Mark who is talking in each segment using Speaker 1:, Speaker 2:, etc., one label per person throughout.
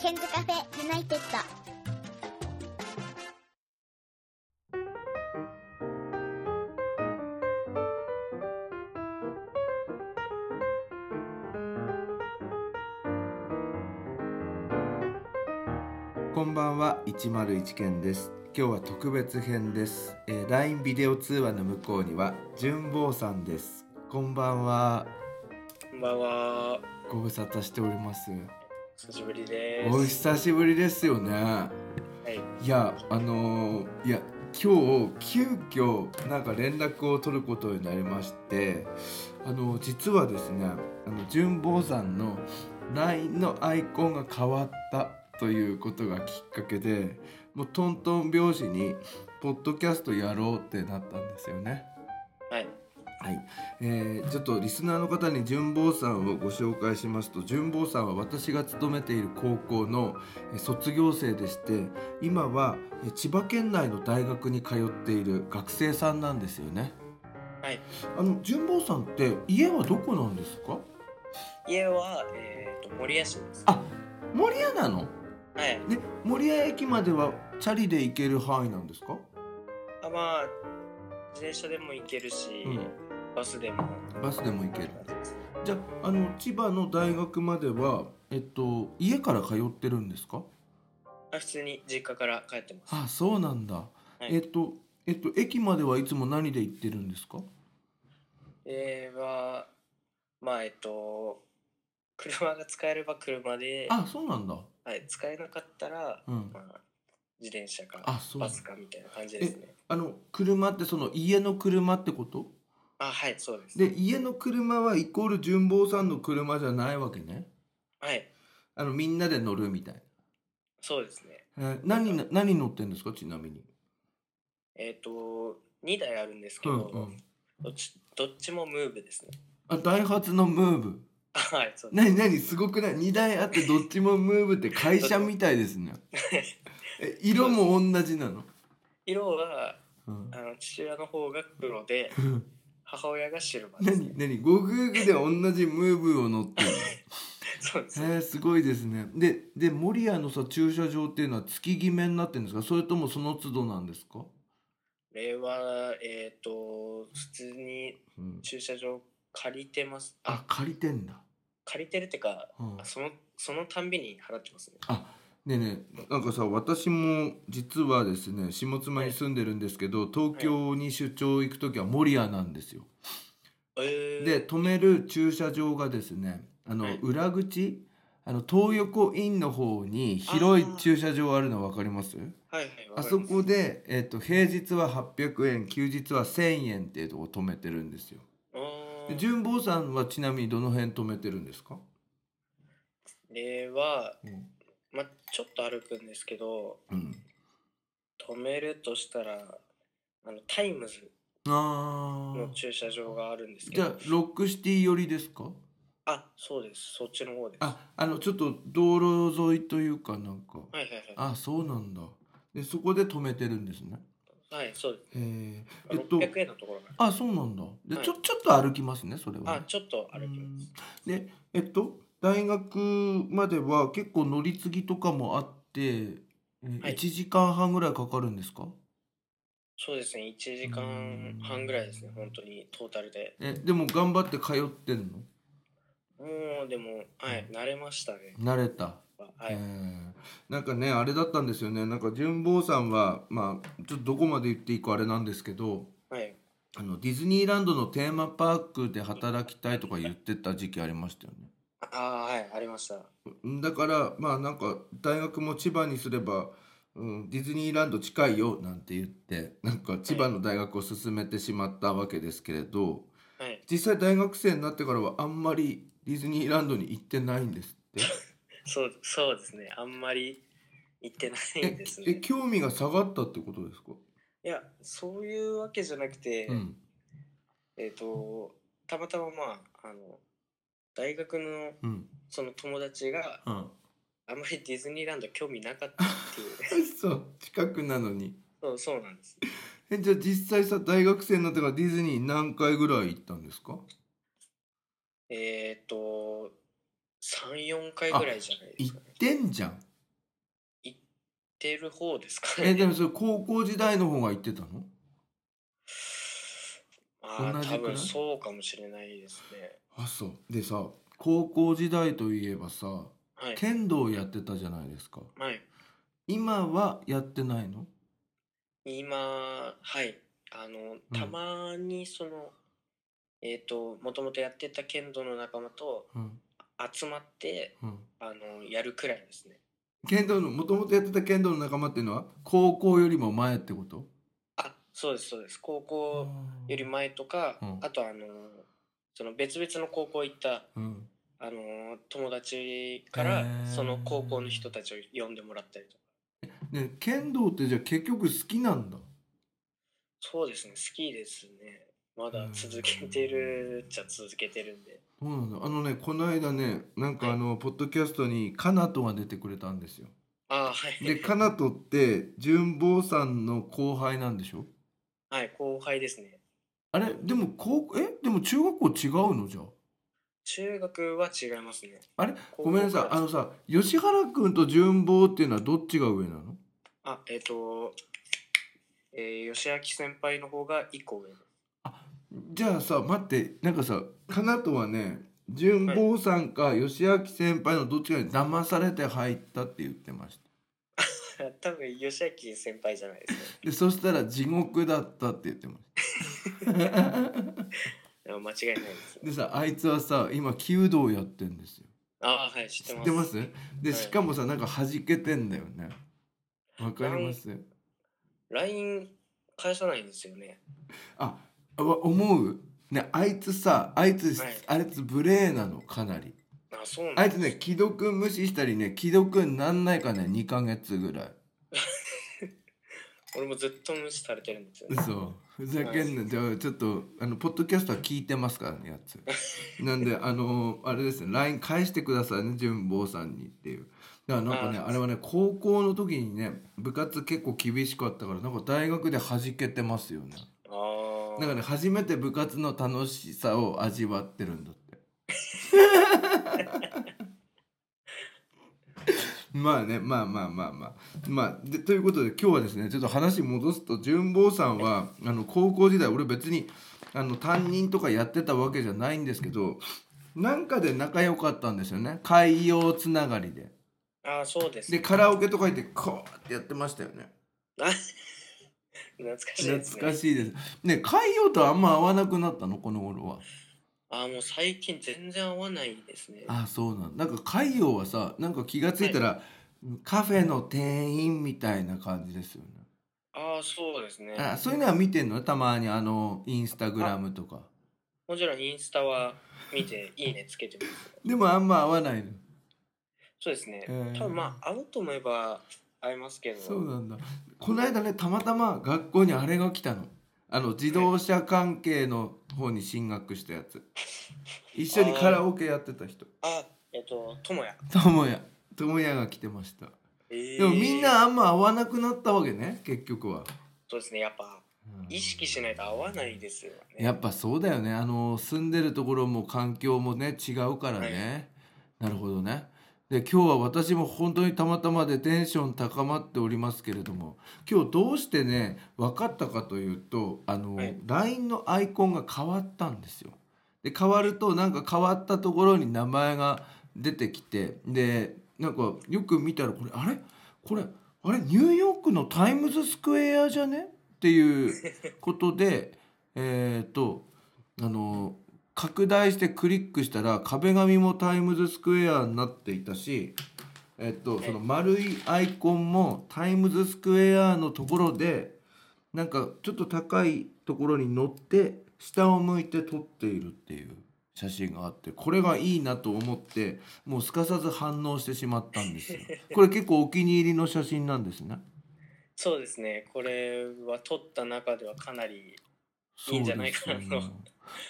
Speaker 1: ケンズカフェユナイテッド。
Speaker 2: こんばんは101件です今日は特別編です、えー、LINE ビデオ通話の向こうには純坊さんですこんばんは
Speaker 3: こんばんは。
Speaker 2: ご無沙汰しております
Speaker 3: 久しぶりです。
Speaker 2: お久しぶりですよね
Speaker 3: はい。
Speaker 2: いやあのーいや今日急遽なんか連絡を取ることになりましてあの実はですねあの純坊さんの LINE のアイコンが変わったということがきっかけでもうトントン拍子にポッドキャストやろうってなったんですよね。
Speaker 3: はい。
Speaker 2: はい、えーちょっとリスナーの方に純坊さんをご紹介しますと純坊さんは私が勤めている高校のえー卒業生でして今はえー千葉県内の大学に通っている学生さんなんですよね
Speaker 3: はい。
Speaker 2: あの純坊さんって家はどこなんですか
Speaker 3: 家は、えっ、と、守谷市です。
Speaker 2: あ守谷なの
Speaker 3: はい。
Speaker 2: ね守谷駅まではチャリで行ける範囲なんですか
Speaker 3: あ、まあ。自転車でも行けるし、
Speaker 2: うん
Speaker 3: バスでも。
Speaker 2: バスでも行けるじゃああの千葉の大学まではえっと家から通ってるんですか
Speaker 3: あ、普通に実家から帰ってます。
Speaker 2: あ、そうなんだ。
Speaker 3: い
Speaker 2: えっと、えっと、駅まではいつも何で行ってるんですか。
Speaker 3: えー、は。まあ、えっ、と。車が使えれば車で、
Speaker 2: あ、そうなんだ。
Speaker 3: はい、使えなかったら、
Speaker 2: うん。
Speaker 3: まあ。自転車か。
Speaker 2: あ、そう
Speaker 3: バ。スかみたいな感じですね。
Speaker 2: あの、車って、その家の車ってこと。
Speaker 3: あ、はい、そうです。
Speaker 2: で、家の車はイコール純坊さんの車じゃないわけね。
Speaker 3: はい。
Speaker 2: あの、みんなで乗るみたい
Speaker 3: そうですね。
Speaker 2: な。えー何な、何乗ってんですか、ちなみに。
Speaker 3: えっ、と。2台あるんですけ
Speaker 2: うん、
Speaker 3: ど、
Speaker 2: うん。
Speaker 3: どっちどっちもムーブですね。
Speaker 2: あ、ダイハツのムーブ。
Speaker 3: あはい、そう
Speaker 2: なになに、すごくない、二台あって、どっちもムーブって会社みたいです ね。え、色も同じなの。
Speaker 3: 色は
Speaker 2: うん
Speaker 3: あ。の父親の方が黒で 母親がシルバーですね
Speaker 2: 何。何ご夫婦で同じムーブを乗ってる
Speaker 3: そうです
Speaker 2: のへえすごいですねでで守谷のさ駐車場っていうのは月決めになってるんですかそれともその都度なんですか、
Speaker 3: これはえっ、と普通に
Speaker 2: うん、
Speaker 3: 駐車場借りてます。
Speaker 2: あ
Speaker 3: あ
Speaker 2: 借りてんだ、
Speaker 3: 借りてるってか
Speaker 2: うん
Speaker 3: あ、そのそのたんびに払ってますね。
Speaker 2: ねえねえなんかさ私も実はですね下妻に住んでるんですけど東京に出張行く時は守谷なんですよ
Speaker 3: えー、
Speaker 2: で止める駐車場がですねあの
Speaker 3: はい
Speaker 2: 裏口あの東横インの方に広い駐車場あるの分かります
Speaker 3: はいはいわ
Speaker 2: あ
Speaker 3: かり
Speaker 2: そ
Speaker 3: ます
Speaker 2: こで、えっと平日は800円休日は1,000円っていうとこ止めてるんですよ。
Speaker 3: あ
Speaker 2: で
Speaker 3: ー
Speaker 2: 純坊さんはちなみにどの辺止めてるんですか、
Speaker 3: これは
Speaker 2: うん
Speaker 3: まあちょっと歩くんですけど止めるとしたらあのタイムズ
Speaker 2: あ
Speaker 3: の
Speaker 2: あ
Speaker 3: 駐車場があるんですけ
Speaker 2: じゃあ
Speaker 3: ど
Speaker 2: ロックシティ寄りですか
Speaker 3: あそうですそっちの方です。
Speaker 2: ああのちょっと道路沿いというかなんか
Speaker 3: はいはいはい。
Speaker 2: あそうなんだでそこで止めてるんですね。
Speaker 3: はい、そうです。
Speaker 2: へーえっと
Speaker 3: 600円のところが。
Speaker 2: あそうなんだで、
Speaker 3: はい
Speaker 2: ちょちょっと歩きますねそれはね、
Speaker 3: あ、ちょっと歩きます。
Speaker 2: でえっと大学までは結構乗り継ぎとかもあって、え
Speaker 3: はい
Speaker 2: 1時間半ぐらいかかるんですか
Speaker 3: そうですね、1時間半ぐらいですね、本当にトータルで。
Speaker 2: えでも頑張って通ってんの
Speaker 3: もう、でも、はい、慣れましたね。
Speaker 2: 慣れた、
Speaker 3: は
Speaker 2: え
Speaker 3: い。
Speaker 2: ーなんかねあれだったんですよねなんか純坊さんはまあちょっとどこまで言っていいかあれなんですけど
Speaker 3: はい。
Speaker 2: あのディズニーランドのテーマパークで働きたいとか言ってた時期ありましたよね
Speaker 3: ああー、はい、ありました。
Speaker 2: だからまあなんか大学も千葉にすれば、うん、ディズニーランド近いよなんて言ってなんか千葉の大学を進めてしまったわけですけれど
Speaker 3: はい。
Speaker 2: 実際大学生になってからはあんまりディズニーランドに行ってないんですって。
Speaker 3: そう、そうですね、あんまり行って ないん
Speaker 2: え
Speaker 3: です
Speaker 2: え
Speaker 3: ね。
Speaker 2: 興味が下がったってことですか、
Speaker 3: いや、そういうわけじゃなくて、
Speaker 2: うん
Speaker 3: えっと、たまたままあ、あの、大学の
Speaker 2: うん
Speaker 3: その友達が
Speaker 2: うん、
Speaker 3: あんまりディズニーランド興味なかったっていう。
Speaker 2: そう近くなのに
Speaker 3: そう、そうなんです。
Speaker 2: えじゃあ実際さ大学生になってからディズニー何回ぐらい行ったんですか
Speaker 3: えー、っと、3、4回ぐらいじゃないで
Speaker 2: 行
Speaker 3: す
Speaker 2: っ
Speaker 3: かね。
Speaker 2: てんじゃん
Speaker 3: てる方ですか
Speaker 2: え
Speaker 3: ね。
Speaker 2: でもそれ高校時代の方が言ってたの
Speaker 3: ま
Speaker 2: 同
Speaker 3: あ、
Speaker 2: じくら
Speaker 3: 多
Speaker 2: い
Speaker 3: 分そうかもしれないですね。
Speaker 2: あそうでさ高校時代といえばさ
Speaker 3: はい。
Speaker 2: 剣道やってたじゃないですか
Speaker 3: はい。
Speaker 2: 今はやってないの
Speaker 3: 今、はい。あの、たまにその、えっ、と、もともとやってた剣道の仲間と
Speaker 2: うん
Speaker 3: 集まって、
Speaker 2: うん
Speaker 3: あの、やるくらいですね。
Speaker 2: 剣道のもともとやってた剣道の仲間っていうのは高校よりも前ってこと
Speaker 3: あ、そうです、そうです。高校より前とか、
Speaker 2: うん
Speaker 3: あとあの、その別々の高校行った、
Speaker 2: うん
Speaker 3: あの、友達か
Speaker 2: へ
Speaker 3: ら、
Speaker 2: ー
Speaker 3: その高校の人たちを呼んでもらったりとか。
Speaker 2: ね剣道ってじゃあ結局好きなんだ
Speaker 3: そうですね、好きですね。まだ続けてるっちゃ続けてるんで。
Speaker 2: そうなんだあのねこの間ねなんかあの、ポッドキャストにカナトが出てくれたんです よ
Speaker 3: ああ、はい。
Speaker 2: でカナトって純坊さんの後輩なんでしょ
Speaker 3: はい、後輩ですね。
Speaker 2: あれでも高校えでも中学校違うのじゃあ
Speaker 3: 中学は違いますね。
Speaker 2: あれ
Speaker 3: 高校
Speaker 2: ごめんなさい
Speaker 3: から
Speaker 2: あのさ吉原くんと純坊っていうのはどっちが上なの
Speaker 3: あ、えっ、と、えー、吉明先輩の方が一個上。
Speaker 2: じゃあさ待ってなんかさかなとはね純坊さんか吉明先輩のどっちかに騙されて入ったって言ってました
Speaker 3: 多分吉明先輩じゃないです
Speaker 2: でそしたら地獄だったって言ってました
Speaker 3: ね。間違いないです。
Speaker 2: でさあいつはさ今弓道やってんですよ
Speaker 3: ああ、はい、知っ
Speaker 2: 知
Speaker 3: て
Speaker 2: っ
Speaker 3: ます。
Speaker 2: てますで
Speaker 3: はい
Speaker 2: しかもさなんか弾けてんだよねわかります
Speaker 3: LINE 返さないんですよね。
Speaker 2: あわ思うねあいつさあいつ、
Speaker 3: はい
Speaker 2: あいつ無礼なのかなり
Speaker 3: あ、そうなん
Speaker 2: あ
Speaker 3: だ
Speaker 2: いつね既読無視したりね既読になんないかね2ヶ月ぐらい
Speaker 3: 俺もずっと無視されてるんですよね。
Speaker 2: 嘘ふざけんなじゃあちょっとあのポッドキャストは聞いてますからねやつなんであのあれですね LINE 返してくださいね純坊さんにっていうだからなんかね
Speaker 3: あ
Speaker 2: あれはね高校の時にね部活結構厳しかったからなんか大学で弾けてますよね
Speaker 3: ああ。
Speaker 2: だからね初めて部活の楽しさを味わってるんだって まあねまあまあまあまあまあでということで今日はですねちょっと話戻すと純坊さんはあの高校時代俺別にあの担任とかやってたわけじゃないんですけどなんかで仲良かったんですよね海洋つながりで
Speaker 3: ああ、そうです。
Speaker 2: でカラオケとか行ってこうってやってましたよね
Speaker 3: あ懐かしいです
Speaker 2: 懐か
Speaker 3: ね。
Speaker 2: しいですね海洋とあんま会わなくなったのこの頃は
Speaker 3: ああ、もう最近全然会わないですね。
Speaker 2: あそうなんなんか海洋はさなんか気がついたら、カフェの店員みたいな感じですよね、
Speaker 3: ああ、そうですね。
Speaker 2: あそういうのは見てんのたまにあのインスタグラムとか
Speaker 3: もちろんインスタは見て、いいねつけてます。
Speaker 2: でもあんま合わないの
Speaker 3: そうですね。
Speaker 2: えー
Speaker 3: 多分まあ、会おうと思えば会えますけど。
Speaker 2: そうなんだこの間ねたまたま学校にあれが来たのあの自動車関係の方に進学したやつ一緒にカラオケやってた人
Speaker 3: あ、えっと、ともや。
Speaker 2: 智也智也が来てました
Speaker 3: ええ
Speaker 2: でもみん。なあんま合わなくなったわけね結局は、
Speaker 3: そうですね。やっぱ、意識しないと会わないですよね。
Speaker 2: やっぱそうだよねあの住んでるところも環境もね違うからね、なるほどねで今日は私も本当にたまたまでテンション高まっておりますけれども今日どうしてね分かったかというとあの、
Speaker 3: はい
Speaker 2: LINE のアイコンが変わったんですよ。で変わるとなんか変わったところに名前が出てきてでなんかよく見たらこれあれこれあれニューヨークのタイムズスクエアじゃねっていうことでえっとあの拡大してクリックしたら壁紙もタイムズスクエアになっていたし、えっと、その丸いアイコンもタイムズスクエアのところでなんかちょっと高いところに乗って下を向いて撮っているっていう写真があってこれがいいなと思ってもうすかさず反応してしまったんですよ。これ結構お気に入りの写真なんですね。
Speaker 3: そうですね。これは撮った中ではかなり、
Speaker 2: そう
Speaker 3: いいん
Speaker 2: です
Speaker 3: じ
Speaker 2: よ
Speaker 3: ゃないかな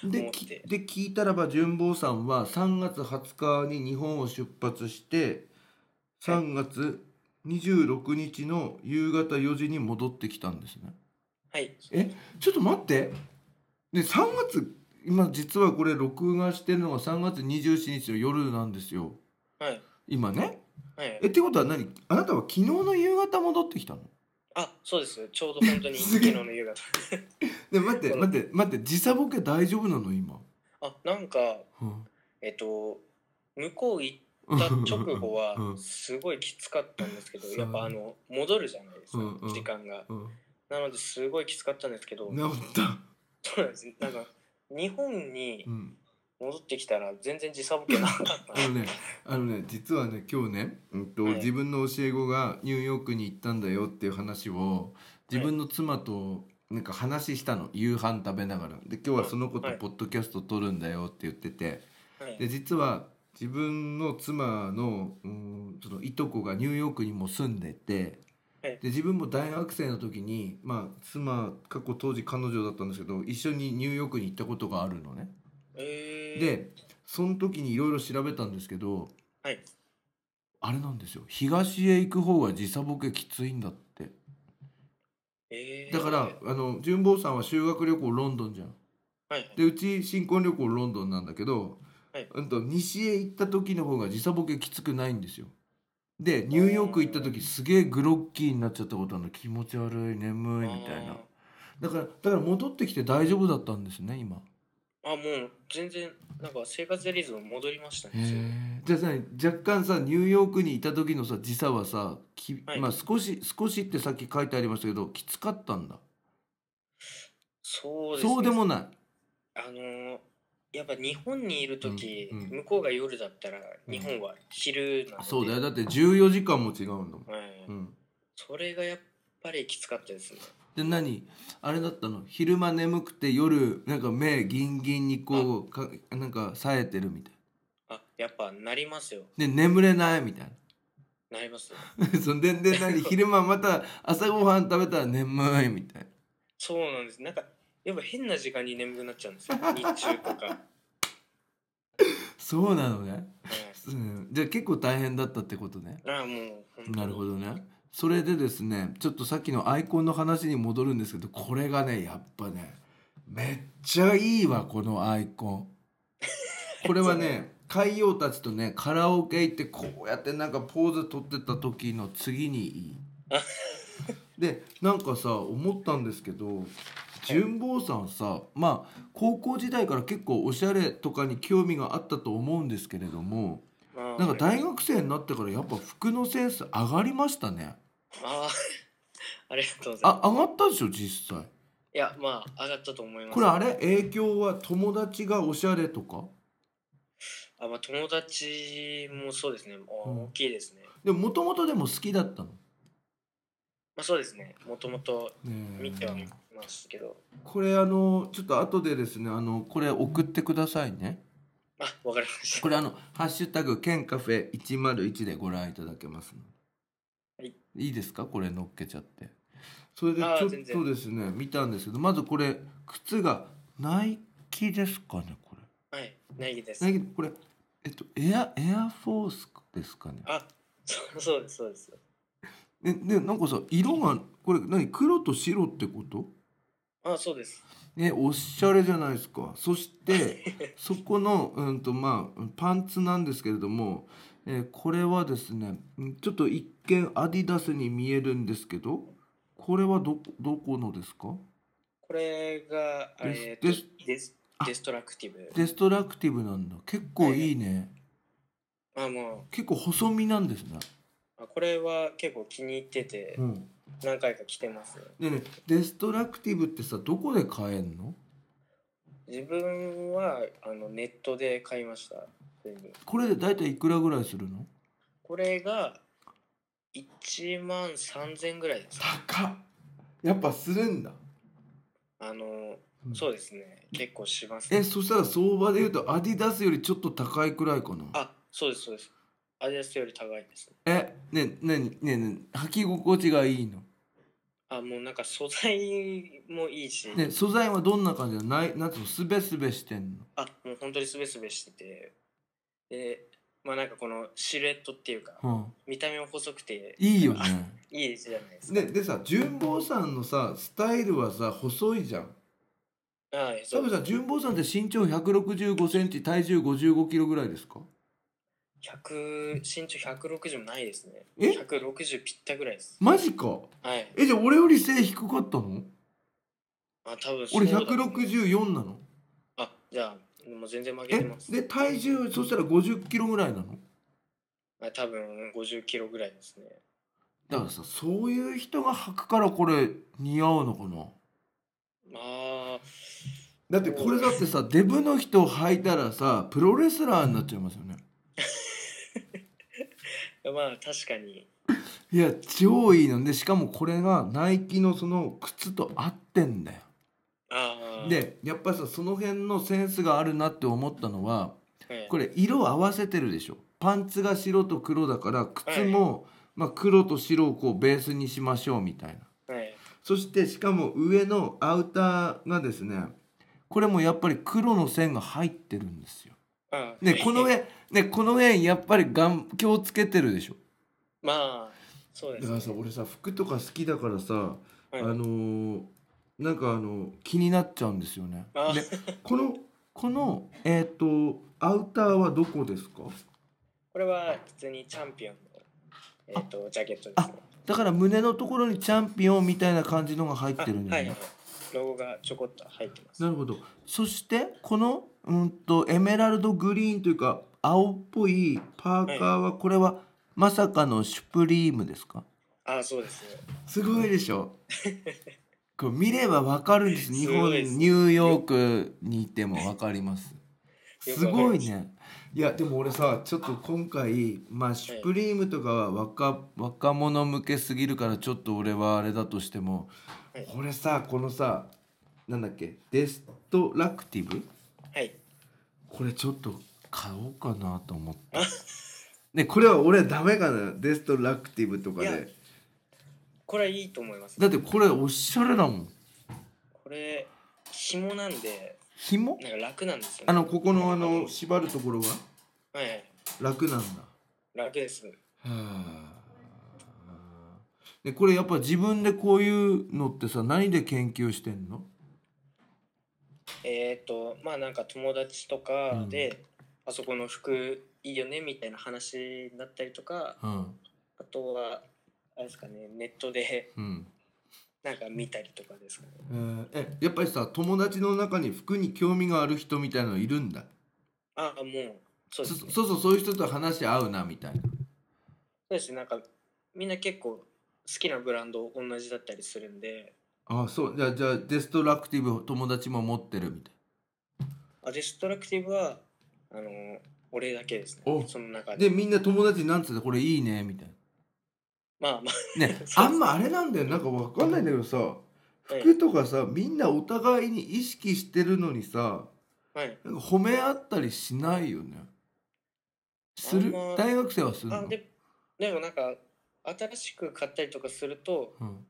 Speaker 3: と
Speaker 2: で
Speaker 3: 思っ
Speaker 2: き
Speaker 3: て
Speaker 2: で聞いたらば純坊さんは3月20日に日本を出発して3月26日の夕方4時に戻ってきたんですね。
Speaker 3: はい。
Speaker 2: えちょっと待ってで3月今実はこれ録画してるのが3月27日の夜なんですよ
Speaker 3: はい。
Speaker 2: 今ね。
Speaker 3: はい
Speaker 2: えってことは何あなたは昨日の夕方戻ってきたの
Speaker 3: あそうですちょうど本当に
Speaker 2: す
Speaker 3: 昨
Speaker 2: げえ
Speaker 3: 日の夕方
Speaker 2: で待って待って待って時差ボケ大丈夫なの今、
Speaker 3: あなんか
Speaker 2: うん
Speaker 3: えっと向こう行った直後は
Speaker 2: うん
Speaker 3: すごいきつかったんですけど
Speaker 2: そう
Speaker 3: やっぱあの戻るじゃないですか
Speaker 2: うんうん
Speaker 3: 時間が
Speaker 2: うん
Speaker 3: なのですごいきつかったんですけど
Speaker 2: 治った、
Speaker 3: そうなんですなんか日本に
Speaker 2: うん、
Speaker 3: 戻ってきたら全然時差ボケなかった
Speaker 2: あのねあのね実はね今日ね、うんと
Speaker 3: はい
Speaker 2: 自分の教え子がニューヨークに行ったんだよっていう話を自分の妻となんか話したの夕飯食べながらで今日はその子と
Speaker 3: はい
Speaker 2: ポッドキャスト撮るんだよって言ってて
Speaker 3: はい
Speaker 2: で実は自分の妻のうんそのいとこがニューヨークにも住んでて
Speaker 3: はい
Speaker 2: で自分も大学生の時に、まあ、妻過去当時彼女だったんですけど一緒にニューヨークに行ったことがあるのね。
Speaker 3: えー
Speaker 2: でその時にいろいろ調べたんですけど、
Speaker 3: はい
Speaker 2: あれなんですよ東へ行く方が時差ボケきついんだって
Speaker 3: えー
Speaker 2: だから、あの純坊さんは修学旅行ロンドンじゃん
Speaker 3: はいはい
Speaker 2: でうち新婚旅行ロンドンなんだけど、
Speaker 3: はい
Speaker 2: うんと西へ行った時の方が時差ボケきつくないんですよでニューヨーク行った時すげえグロッキーになっちゃったことあるの気持ち悪い眠いみたいなだからだから戻ってきて大丈夫だったんですね今
Speaker 3: あーあもう全然なんか生活リズム戻りましたね
Speaker 2: へーじゃあさ若干さニューヨークにいた時のさ時差はさき、
Speaker 3: はい
Speaker 2: まあ少し少しってさっき書いてありましたけどきつかったんだ
Speaker 3: そ
Speaker 2: そうう
Speaker 3: ですね
Speaker 2: でもない
Speaker 3: あのーやっぱ日本にいる時、
Speaker 2: うんうん
Speaker 3: 向こうが夜だったら
Speaker 2: うん
Speaker 3: 日本は昼なので、
Speaker 2: そうだよだって14時間も違うんだもん、
Speaker 3: はい
Speaker 2: うん、
Speaker 3: それがやっぱりきつかったですね
Speaker 2: で何あれだったの昼間眠くて夜なんか目ギンギンにこうかなんか冴えてるみたい
Speaker 3: あやっぱなりますよ
Speaker 2: で眠れないみたいな
Speaker 3: なります
Speaker 2: そんでで何昼間また朝ごはん食べたら眠いみたいな
Speaker 3: そうなんですなんかやっぱ変な時間に眠くなっちゃう んですよ日中とか、はい、
Speaker 2: そうなのね、うん、じゃあ結構大変だったってことね
Speaker 3: ああもう本当に
Speaker 2: なるほどね。それでですね、ちょっとさっきのアイコンの話に戻るんですけど、これがね、やっぱね、めっちゃいいわ、このアイコ ン。これはね、海洋たちとね、カラオケ行って、こうやってなんかポーズ取ってた時の次にい い。で、なんかさ、思ったんですけど、純坊さんさ、まあ、高校時代から結構おしゃれとかに興味があったと思うんですけれども、
Speaker 3: まあ
Speaker 2: なんか大学生になってからやっぱ服のセンス上がりましたね。
Speaker 3: あ あありがとうございます
Speaker 2: あ、上がったでしょ実際。
Speaker 3: いやまあ上がったと思います
Speaker 2: これあれ影響は友達がおしゃれとか。
Speaker 3: あ、まあ、友達もそうですねもう
Speaker 2: うん
Speaker 3: 大きいですね、
Speaker 2: でもともとでも好きだったの。
Speaker 3: まあそうですねもともと
Speaker 2: ね
Speaker 3: 見ては
Speaker 2: え
Speaker 3: い。ますけど
Speaker 2: これあのちょっと後でですねあのこれ送ってくださいね。
Speaker 3: あわかりました
Speaker 2: これあのハッシュタグケンカフェ一0 1でご覧いただけますので。
Speaker 3: はい
Speaker 2: いいですかこれ乗っけちゃって。それでち
Speaker 3: あー
Speaker 2: ょ
Speaker 3: 全
Speaker 2: っと
Speaker 3: 然
Speaker 2: ですね見たんですけどまずこれ靴がナイキですかねこれ。
Speaker 3: はい、ナイキです
Speaker 2: だ。けどこれえっとエアエアフォースですかね
Speaker 3: あ、そうそうです、そうです。
Speaker 2: えでなんかさ色がこれ何黒と白ってこと
Speaker 3: あ、そうです。
Speaker 2: ねおしゃれじゃないですかそして そこのうんとまあパンツなんですけれども、えーこれはですねうんちょっと一見アディダスに見えるんですけどこれはどどこのですか
Speaker 3: これが、
Speaker 2: デス
Speaker 3: えーと
Speaker 2: デス
Speaker 3: デス
Speaker 2: あ
Speaker 3: デストラクティブ。
Speaker 2: デストラクティブなんだ結構いいね
Speaker 3: あ、も
Speaker 2: 結構細身なんですね、
Speaker 3: う、あこれは結構気に入ってて、
Speaker 2: うん、
Speaker 3: 何回か着てます。
Speaker 2: でねデストラクティブってさどこで買えんの
Speaker 3: 自分は、あの、ネットで買いました。普通に
Speaker 2: これで大体いくらぐらいするの
Speaker 3: これが、1万3000ぐらいです。
Speaker 2: 高っやっぱするんだ
Speaker 3: あの、
Speaker 2: うん
Speaker 3: そうですね。結構します、
Speaker 2: えそしたら相場で言うとアディダスよりちょっと高いくらいかな
Speaker 3: あ、そうです、そうです。アディダスより高いです。
Speaker 2: えねなにねね履き心地がいいの、
Speaker 3: あ、もうなんか素材もいいし。
Speaker 2: ね、素材はどんな感じなのないなんつうのすべすべしてんの
Speaker 3: あもう本当にすべすべしててでまあなんかこのシルエットっていうか、
Speaker 2: うん
Speaker 3: 見た目も細くて
Speaker 2: いいよね
Speaker 3: いいじゃないですか、
Speaker 2: ねでさ純坊さんのさスタイルはさ細いじゃん
Speaker 3: はい
Speaker 2: 多
Speaker 3: そう
Speaker 2: 分さ純坊さんって身長1 6 5ンチ体重5 5キロぐらいですか
Speaker 3: 100身長160もないですね
Speaker 2: え
Speaker 3: 160ぴったぐらいです
Speaker 2: マジか
Speaker 3: はい
Speaker 2: えじゃあ俺より背低かったの
Speaker 3: あ多分そう
Speaker 2: 俺
Speaker 3: だ
Speaker 2: 164なの
Speaker 3: あじゃあもう全然負けて
Speaker 2: え
Speaker 3: ます
Speaker 2: で体重そしたら50キロぐらいなの
Speaker 3: あ多分50キロぐらいですね
Speaker 2: だからさそういう人が履くからこれ似合うのかな
Speaker 3: まあ
Speaker 2: だってこれだってさデブの人履いたらさプロレスラーになっちゃいますよね
Speaker 3: まあ確かに
Speaker 2: いや超いいのでしかもこれがナイキのその靴と合ってんだよ
Speaker 3: ああ、
Speaker 2: でやっぱりさその辺のセンスがあるなって思ったのは
Speaker 3: はい
Speaker 2: これ色合わせてるでしょパンツが白と黒だから靴も、まあ、黒と白をこうベースにしましょうみたいな
Speaker 3: はい
Speaker 2: そしてしかも上のアウターがですねこれもやっぱり黒の線が入ってるんですよ。
Speaker 3: あー
Speaker 2: ねこの辺ねこの辺やっぱり眼鏡つけてるでしょ。
Speaker 3: まあそうで
Speaker 2: だ
Speaker 3: す
Speaker 2: か
Speaker 3: ね
Speaker 2: らさ俺さ服とか好きだからさ、
Speaker 3: はい
Speaker 2: あのーなんかあの気になっちゃうんですよね。
Speaker 3: あ
Speaker 2: でこのこのえっ、とアウターはどこですか？
Speaker 3: これは普通にチャンピオンの、えー、とジャケットですね
Speaker 2: だから胸のところにチャンピオンみたいな感じのが入ってるん
Speaker 3: あ
Speaker 2: だ
Speaker 3: は
Speaker 2: よ
Speaker 3: い
Speaker 2: ね。
Speaker 3: はいロゴがちょこっと入ってます
Speaker 2: なるほど。そしてこのうんとエメラルドグリーンというか青っぽいパーカーはこれはまさかのシュプリームですか？
Speaker 3: ああそうですね
Speaker 2: すごいでし ょ。これ見ればわかるんです。日
Speaker 3: すご
Speaker 2: 本
Speaker 3: いです
Speaker 2: ニューヨークにいてもわかります。
Speaker 3: よ
Speaker 2: す
Speaker 3: くわかり
Speaker 2: ご
Speaker 3: ま
Speaker 2: い
Speaker 3: した
Speaker 2: ね。いやでも俺さちょっと今回まあシュプリームとかは若若者向けすぎるからちょっと俺はあれだとしても
Speaker 3: はい、
Speaker 2: これさこのさなんだっけデストラクティブ
Speaker 3: はい
Speaker 2: これちょっと買おうかなと思っ て。ねこれは俺ダメかなデストラクティブとか
Speaker 3: いや
Speaker 2: で。
Speaker 3: これはいいと思います
Speaker 2: だってこれおしゃれだもん。
Speaker 3: これ紐なんで
Speaker 2: 紐？
Speaker 3: なんか楽なんですよね
Speaker 2: あのここのあの縛るところが
Speaker 3: はいはい
Speaker 2: 楽なんだ。
Speaker 3: 楽ですね
Speaker 2: はあ。でこれやっぱ自分でこういうのってさ何で研究してんの？
Speaker 3: えっ、とまあなんか友達とかで、あそこの服いいよねみたいな話だったりとか
Speaker 2: うん
Speaker 3: あとはあれですかねネットで
Speaker 2: うん。
Speaker 3: なんか見たりとかですかね
Speaker 2: えーえやっぱりさ友達の中に服に興味がある人みたいなのいるんだ。
Speaker 3: ああもうそうで
Speaker 2: そ
Speaker 3: すね
Speaker 2: そうそうそういう人と話合うなみたいな。
Speaker 3: そうですねなんかみんな結構好きなブランド同じだったりするんで
Speaker 2: あそうじゃあじゃあデストラクティブ友達も持ってるみたい
Speaker 3: あデストラクティブはあの俺だけです
Speaker 2: お
Speaker 3: ねその中
Speaker 2: な。
Speaker 3: で
Speaker 2: でみんな友達になんつってこれいいねみたい
Speaker 3: まあま
Speaker 2: な。 ねあんまあれなんだよなんかわかんないんだけどさ
Speaker 3: あ、はい
Speaker 2: 服とかさみんなお互いに意識してるのにさ
Speaker 3: はい、
Speaker 2: なんか褒め合ったりしないよね。する
Speaker 3: あんま
Speaker 2: 大学生はする
Speaker 3: あ
Speaker 2: の。
Speaker 3: ででもなんか新しく買ったりとかすると
Speaker 2: うん、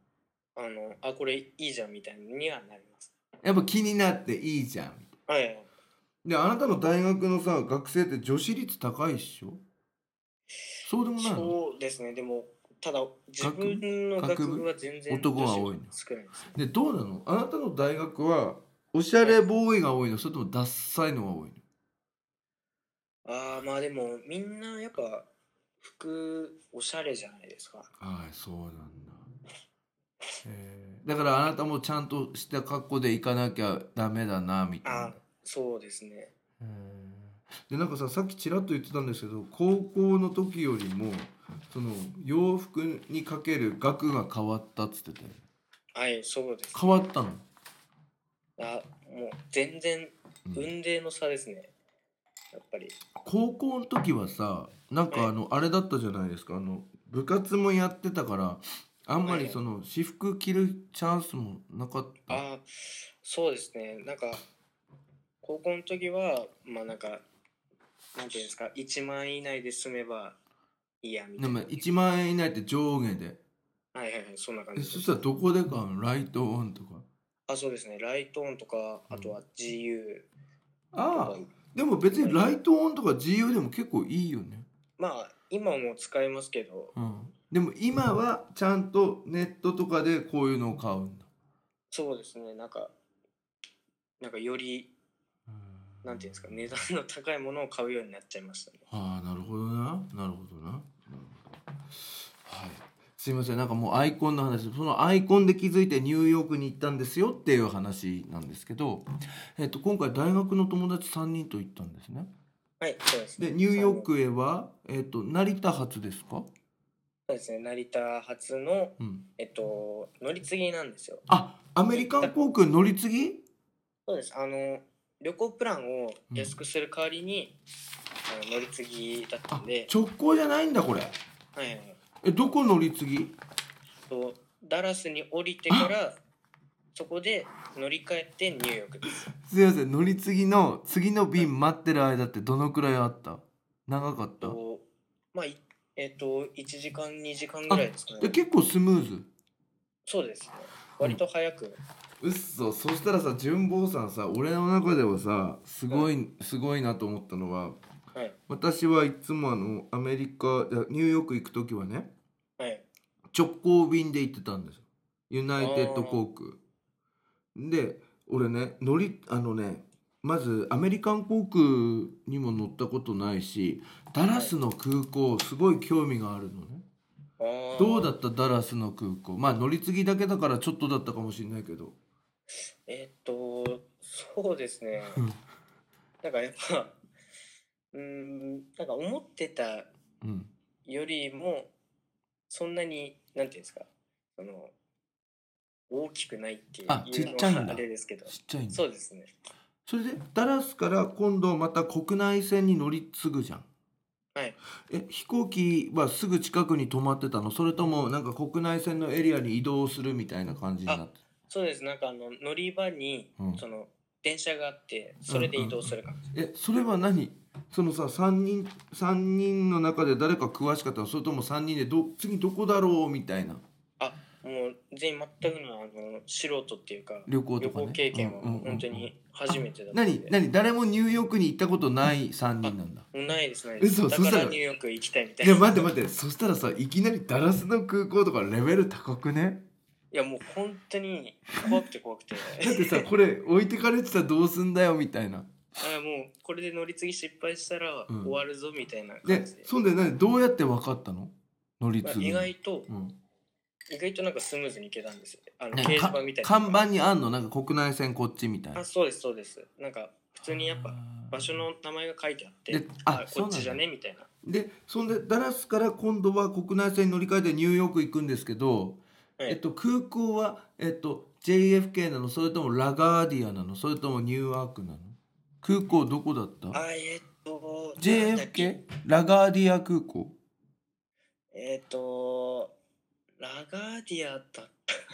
Speaker 3: あのあこれいいじゃんみたいにはなります
Speaker 2: やっぱ気になっていいじゃん。
Speaker 3: はい
Speaker 2: であなたの大学のさ学生って女子率高いっしょそうでもないの
Speaker 3: そうですねでもただ自分の
Speaker 2: 学部
Speaker 3: 学部は全然
Speaker 2: 男が多いの
Speaker 3: 女子少ないですね
Speaker 2: でどうなのあなたの大学はおしゃれボーイが多いのそれともダッサいのが多いの
Speaker 3: ああまあでもみんなやっぱ服おしゃれじゃないですか
Speaker 2: はいそうなんだ。えーだからあなたもちゃんとした格好で行かなきゃダメだなみたいな
Speaker 3: あ。そうですね
Speaker 2: でなんかささっきちらっと言ってたんですけど高校の時よりもその洋服にかける額が変わったっつってて
Speaker 3: はいそうです
Speaker 2: 変わったの
Speaker 3: あもう全然
Speaker 2: うん
Speaker 3: 運命の差ですねやっぱり
Speaker 2: 高校の時はさなんかあのあれだったじゃないですかあの部活もやってたからあんまりその私服着るチャンスもなかった
Speaker 3: あそうですねなんか高校の時はまあなんかなんていうんですか1万円以内で済めばいいやみた
Speaker 2: で
Speaker 3: いな
Speaker 2: も1万円以内って上下で
Speaker 3: はいはいはいそんな感
Speaker 2: え
Speaker 3: じ
Speaker 2: そ
Speaker 3: で
Speaker 2: した
Speaker 3: す
Speaker 2: らどこで買うのライトオンとか
Speaker 3: あそうですねライトオンとかあとは GU と
Speaker 2: あ
Speaker 3: か
Speaker 2: あでも別にライトオンとか自由でも結構いいよね
Speaker 3: まあ今も使えますけど
Speaker 2: うん、でも今はちゃんとネットとかでこういうのを買うんだ、
Speaker 3: そうですねなんかなんかよりなんていうんですか値段の高いものを買うようになっちゃいましたね
Speaker 2: ああなるほどななるほどななるほどはいすいませんなんかもうアイコンの話そのアイコンで気づいてニューヨークに行ったんですよっていう話なんですけど、えっと、今回大学の友達3人と行ったんですね
Speaker 3: はいそうですね
Speaker 2: でニューヨークへは、えっと、成田発ですか、
Speaker 3: そうですね成田発の
Speaker 2: うん、
Speaker 3: えっと乗り継ぎなんですよ
Speaker 2: あアメリカン航空乗り継ぎ
Speaker 3: そうですあの旅行プランを安くする代わりに、あの乗り継ぎだった
Speaker 2: あ
Speaker 3: んで、
Speaker 2: 直行じゃないんだこれ
Speaker 3: はいはいはい
Speaker 2: えどこ乗り継ぎ
Speaker 3: とダラスに降りてからそこで乗り換えてニューヨークです
Speaker 2: すいません乗り継ぎの次の便待ってる間ってどのくらいあった長かった
Speaker 3: とまあいえっ、と1時間2時間ぐらいですか
Speaker 2: で
Speaker 3: ね
Speaker 2: 結構スムーズ
Speaker 3: そうですね割と早く、
Speaker 2: うっそそしたらさ純坊さんさ俺の中ではさすごい、すごいなと思ったのは
Speaker 3: はい
Speaker 2: 私はいつもあのアメリカいやニューヨーク行く時はね
Speaker 3: はい
Speaker 2: 直行便で行ってたんですよユナイテッド航空で俺ね乗りあのねまずアメリカン航空にも乗ったことないしダラスの空港すごい興味があるのね
Speaker 3: あー
Speaker 2: どうだったダラスの空港まあ乗り継ぎだけだからちょっとだったかもしれないけど
Speaker 3: えっ、とそうで すね
Speaker 2: うん
Speaker 3: なんかやっぱうーんなんか思ってた
Speaker 2: うん
Speaker 3: よりもそんなになんていうんですかその大きくないっていう
Speaker 2: あちっちゃいんだ
Speaker 3: のはあれですけど
Speaker 2: ちっちゃいんだ
Speaker 3: そうですね
Speaker 2: それでダラスから今度また国内線に乗り継ぐじゃん
Speaker 3: はい
Speaker 2: え飛行機はすぐ近くに止まってたのそれともなんか国内線のエリアに移動するみたいな感じになって
Speaker 3: そうですなんかあの乗り場に、
Speaker 2: うん
Speaker 3: その電車があってそれで移動する感じ、
Speaker 2: えそれは何そのさ3人三人の中で誰か詳しかったのそれとも3人でど次どこだろうみたいな
Speaker 3: もう全員全くのあの素人っていうか
Speaker 2: 旅行
Speaker 3: 旅
Speaker 2: とか、ね、
Speaker 3: 行経験は
Speaker 2: うんうんうん
Speaker 3: 本当に初めてだったん
Speaker 2: 何
Speaker 3: で、
Speaker 2: 何誰もニューヨークに行ったことない3人なん だ
Speaker 3: もうないですないです
Speaker 2: 嘘
Speaker 3: だ
Speaker 2: そ
Speaker 3: か
Speaker 2: した
Speaker 3: ら
Speaker 2: ら
Speaker 3: ニューヨーク行きたいみたい
Speaker 2: い
Speaker 3: な
Speaker 2: や
Speaker 3: い
Speaker 2: 待って待ってそしたらさいきなりダラスの空港とかレベル高くね
Speaker 3: やもう本当に怖くて怖く て
Speaker 2: だってさこれ置いてかれてたらどうすんだよみたいな
Speaker 3: あもうこれで乗り継ぎ失敗したら
Speaker 2: うん
Speaker 3: 終わるぞみたいな感
Speaker 2: で
Speaker 3: じで、
Speaker 2: そんで何どうやって分かったの乗り
Speaker 3: まあ
Speaker 2: 継ぎ
Speaker 3: 意外と
Speaker 2: うん
Speaker 3: 意外となんかスムーズに行けたんですよあの
Speaker 2: ね
Speaker 3: 掲示
Speaker 2: か
Speaker 3: 板みたいな
Speaker 2: 看板にあんのなんか国内線こっちみたいな
Speaker 3: あそうですそうですなんか普通にやっぱ
Speaker 2: あー
Speaker 3: 場所の名前が書いてあって
Speaker 2: であ
Speaker 3: あ
Speaker 2: そうなん
Speaker 3: こっ
Speaker 2: だ
Speaker 3: ちじゃねみたいな
Speaker 2: でそんでダラスから今度は国内線に乗り換えてニューヨーク行くんですけど、
Speaker 3: はい
Speaker 2: えっと、空港は、えっと、JFK なのそれともラガーディアなのそれともニューアークなの空港どこだった
Speaker 3: あえーっとなんだっけ
Speaker 2: JFK ラガーディア空港
Speaker 3: えーっとラガーディアだった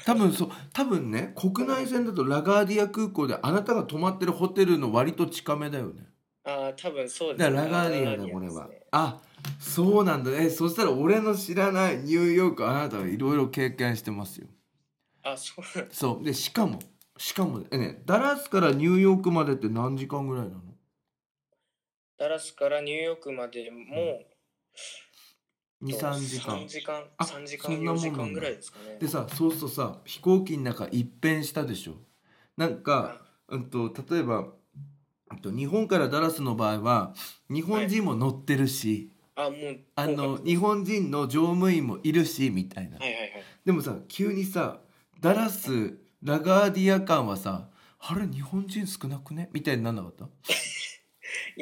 Speaker 2: 多分そう多分ね国内線だとラガーディア空港であなたが泊まってるホテルの割と近めだよね
Speaker 3: あー多分そうで
Speaker 2: だ
Speaker 3: すね
Speaker 2: からラガーディア
Speaker 3: ラ
Speaker 2: だこれ
Speaker 3: です
Speaker 2: は
Speaker 3: ね
Speaker 2: あそうなんだえそしたら俺の知らないニューヨークあなたはいろいろ経験してますよ
Speaker 3: あそうなん
Speaker 2: そうでしかもしかもえねダラスからニューヨークまでって何時間ぐらいなの
Speaker 3: ダラスからニューヨークまでも
Speaker 2: 23時間
Speaker 3: 3時間
Speaker 2: あ
Speaker 3: 3時
Speaker 2: そ
Speaker 3: 間
Speaker 2: んな
Speaker 3: 4
Speaker 2: もんな
Speaker 3: 時
Speaker 2: んだ
Speaker 3: 間ぐらいですかね
Speaker 2: でさそうするとさ飛行機の中一変したでしょなんか、うん、と例えば、うんと、日本からダラスの場合は日本人も乗ってるし、
Speaker 3: あもう
Speaker 2: あの
Speaker 3: 多かったです
Speaker 2: 日本人の乗務員もいるしみたいな、
Speaker 3: はいはいはい
Speaker 2: でもさ急にさダラスラガーディア間はさあれ日本人少なくねみたいになんなかった
Speaker 3: い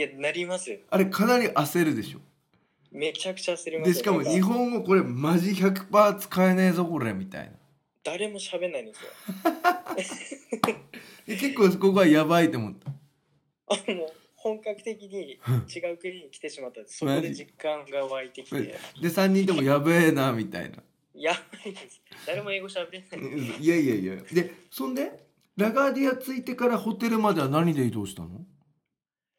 Speaker 3: やなりますよ
Speaker 2: あれかなり焦るでしょ
Speaker 3: めちゃくちゃ焦りま
Speaker 2: で
Speaker 3: すよ
Speaker 2: しかも
Speaker 3: なん
Speaker 2: 日本語これマジ100%使えねえぞこれみたいな
Speaker 3: 誰も喋んないんですよ
Speaker 2: で結構そこがやばいと思った
Speaker 3: あの本格 的に違う国に来てしまったんですそこで実感が湧いてきて
Speaker 2: で3人ともやべえなみたいな
Speaker 3: やばいです誰も英語喋れない
Speaker 2: うんいやいやいやでそんでラガーディア着いてからホテルまでは何で移動したの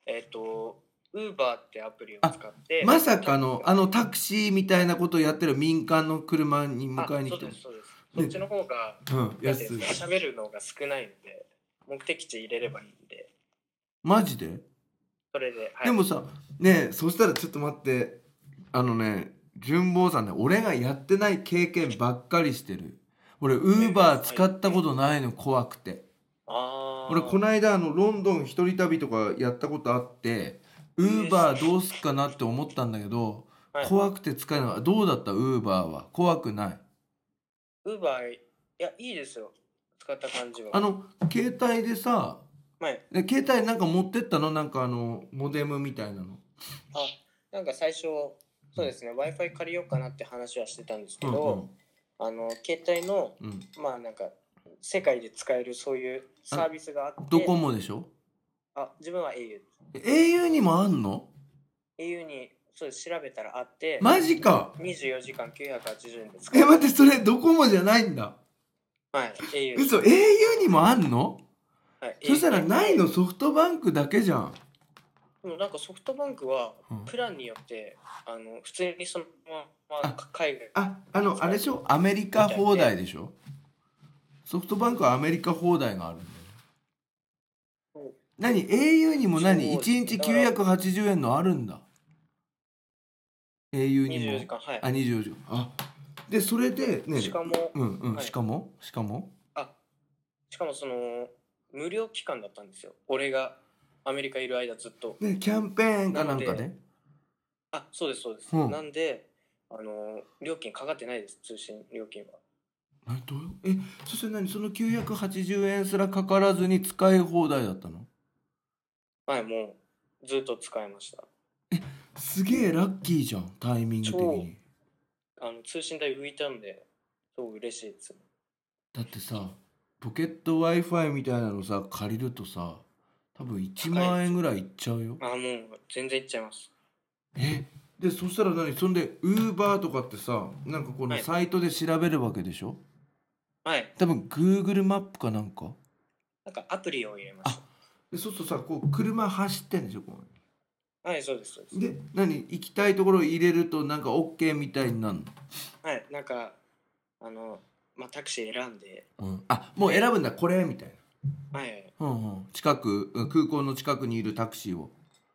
Speaker 3: えっとウーバーってアプリを使って
Speaker 2: まさかのあのタクシーみたいなことをやってる民間の車に迎えに来たの
Speaker 3: あそうですそうで
Speaker 2: ね
Speaker 3: すそっちの方が
Speaker 2: うん
Speaker 3: なん
Speaker 2: 安
Speaker 3: てい。
Speaker 2: いう
Speaker 3: んですか喋るのが少ないので目的地入れればいいんで
Speaker 2: マジで、
Speaker 3: それで、はい、
Speaker 2: でもさねえそしたらちょっと待ってあのね純坊さんね俺がやってない経験ばっかりしてる俺ウーバー使ったことないの怖くて
Speaker 3: ああー
Speaker 2: 俺この間あのロンドン一人旅とかやったことあってウ
Speaker 3: ー
Speaker 2: ーバーどうすっかなって思ったんだけど
Speaker 3: はい
Speaker 2: 怖くて使えなかったどうだったウーバーは怖くない
Speaker 3: ウーバー、いや、いいですよ。使った感じは。
Speaker 2: あの携帯でさ
Speaker 3: はい。
Speaker 2: え携帯なんか持ってったのなんかあのモデムみたいなの
Speaker 3: あ、なんか最初、そうですね、Wi-Fi 借りようかなって話はしてたんですけ
Speaker 2: うん
Speaker 3: ど、あの、携帯の、
Speaker 2: うんうん
Speaker 3: まあなんか、世界で使えるそういうサービスがあって、
Speaker 2: ドコモでしょ
Speaker 3: あ、自分は au。
Speaker 2: え au にもあんの
Speaker 3: au に、そうです、調べたらあって、
Speaker 2: マジか
Speaker 3: 24時間980円で使え
Speaker 2: え
Speaker 3: る。
Speaker 2: 待ってそれドコモじゃないんだ
Speaker 3: はい、au です。
Speaker 2: 嘘 au にもあんの
Speaker 3: はい、
Speaker 2: そしたら
Speaker 3: au
Speaker 2: ないのソフトバンクだけじゃん
Speaker 3: でもなんかソフトバンクは
Speaker 2: うん
Speaker 3: プランによって、あの普通にそのま
Speaker 2: あ
Speaker 3: ま海外
Speaker 2: ああのあれでしょアメリカ放題でしょソフトバンクはアメリカ放題があるんだよね何 au にも何
Speaker 3: そうですね
Speaker 2: 1日980円のあるんだ au に
Speaker 3: 24
Speaker 2: も
Speaker 3: 時間はい
Speaker 2: あ24時間あでそれでね
Speaker 3: しかも
Speaker 2: うんうん、
Speaker 3: はい
Speaker 2: しかもしかも
Speaker 3: あしかもその無料期間だったんですよ俺がアメリカいる間ずっと
Speaker 2: ねキャンペーンかなんか
Speaker 3: なの
Speaker 2: ね
Speaker 3: あそうですそうです、
Speaker 2: うん
Speaker 3: なんであの料金かかってないです通信料金は
Speaker 2: 何どういうえそして何その980円すらかからずに使い放題だったの
Speaker 3: はいもうずっと使えました
Speaker 2: すげえラッキーじゃんタイミング的に
Speaker 3: あの通信代浮いたんですごい嬉しいです
Speaker 2: だってさポケット w i f i みたいなのさ借りるとさ多分1万円ぐらいいっちゃうよ
Speaker 3: あもう全然いっちゃいます
Speaker 2: えでそしたら何そんでウーバーとかってさなんかこの
Speaker 3: はい
Speaker 2: サイトで調べるわけでしょ
Speaker 3: はい
Speaker 2: 多分 Google マップかなんか
Speaker 3: なんかアプリを入れまし
Speaker 2: でそうするとさこう車走ってんでしょこう
Speaker 3: たはいそうですそうです
Speaker 2: で何行きたいところ入れるとなんか OK みたいになる
Speaker 3: はいなんかあのまあタクシー選んで
Speaker 2: の、うん、あもう選ぶんだこれみたい
Speaker 3: はい
Speaker 2: な、うんうん、近くうん空港の近くにいるタクシーを、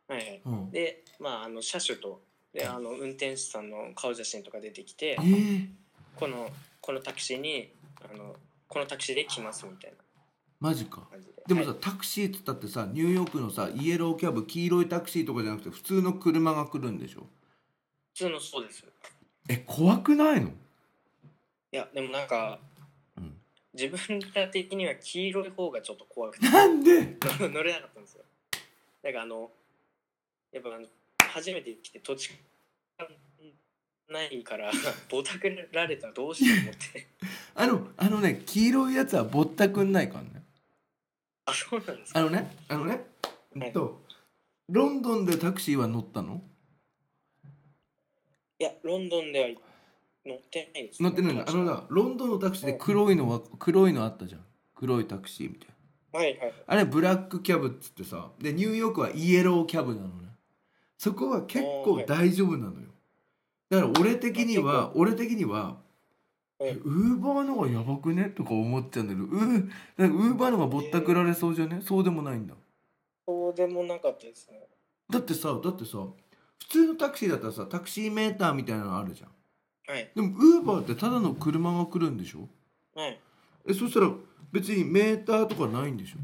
Speaker 3: はいはい
Speaker 2: うん、え
Speaker 3: でまああの車種とであの運転手さんの顔写真とか出てきて
Speaker 2: ー、
Speaker 3: このこのタクシーにあのこのタクシーで来ますみたい
Speaker 2: マジか
Speaker 3: な感じで
Speaker 2: でもさ、
Speaker 3: はい
Speaker 2: タクシーっつったってさニューヨークのさイエローキャブ黄色いタクシーとかじゃなくて普通の車が来るんでしょ
Speaker 3: 普通のそうです
Speaker 2: え怖くないの、
Speaker 3: いやでもなんか
Speaker 2: うん、
Speaker 3: 自分ら的には黄色い方がちょっと怖くて
Speaker 2: なんで
Speaker 3: 乗れなかったんですよなんかあのやっぱあの初めて来て土地がないから ぼたくられたらどうしようと思って
Speaker 2: あのあのね黄色いやつはぼったくんないからね
Speaker 3: あそうなんですか
Speaker 2: あのねあのね、
Speaker 3: はい
Speaker 2: えっとロンドンでタクシーは乗ったの
Speaker 3: いやロンドンでは乗ってないです、
Speaker 2: 乗ってないのあの
Speaker 3: は
Speaker 2: なロンドンのタクシーで黒いのは黒いのあったじゃん黒いタクシーみたいない
Speaker 3: はい
Speaker 2: あれブラックキャブっつってさでニューヨークはイエローキャブなのねそこは結構大丈夫なのよだから俺的に
Speaker 3: あ
Speaker 2: は俺的には
Speaker 3: うん
Speaker 2: えウーバーの方がやばくねとか思っちゃうんだけどウーなんかウーバーの方がぼったくられそうじゃねそうでもないんだ
Speaker 3: そうでもなかったですね
Speaker 2: だってさだってさ普通のタクシーだったらさタクシーメーターみたいなのあるじゃん
Speaker 3: はい
Speaker 2: でもウーバーってただの車が来るんでしょ
Speaker 3: はい
Speaker 2: えそしたら別にメーターとかないんでしょ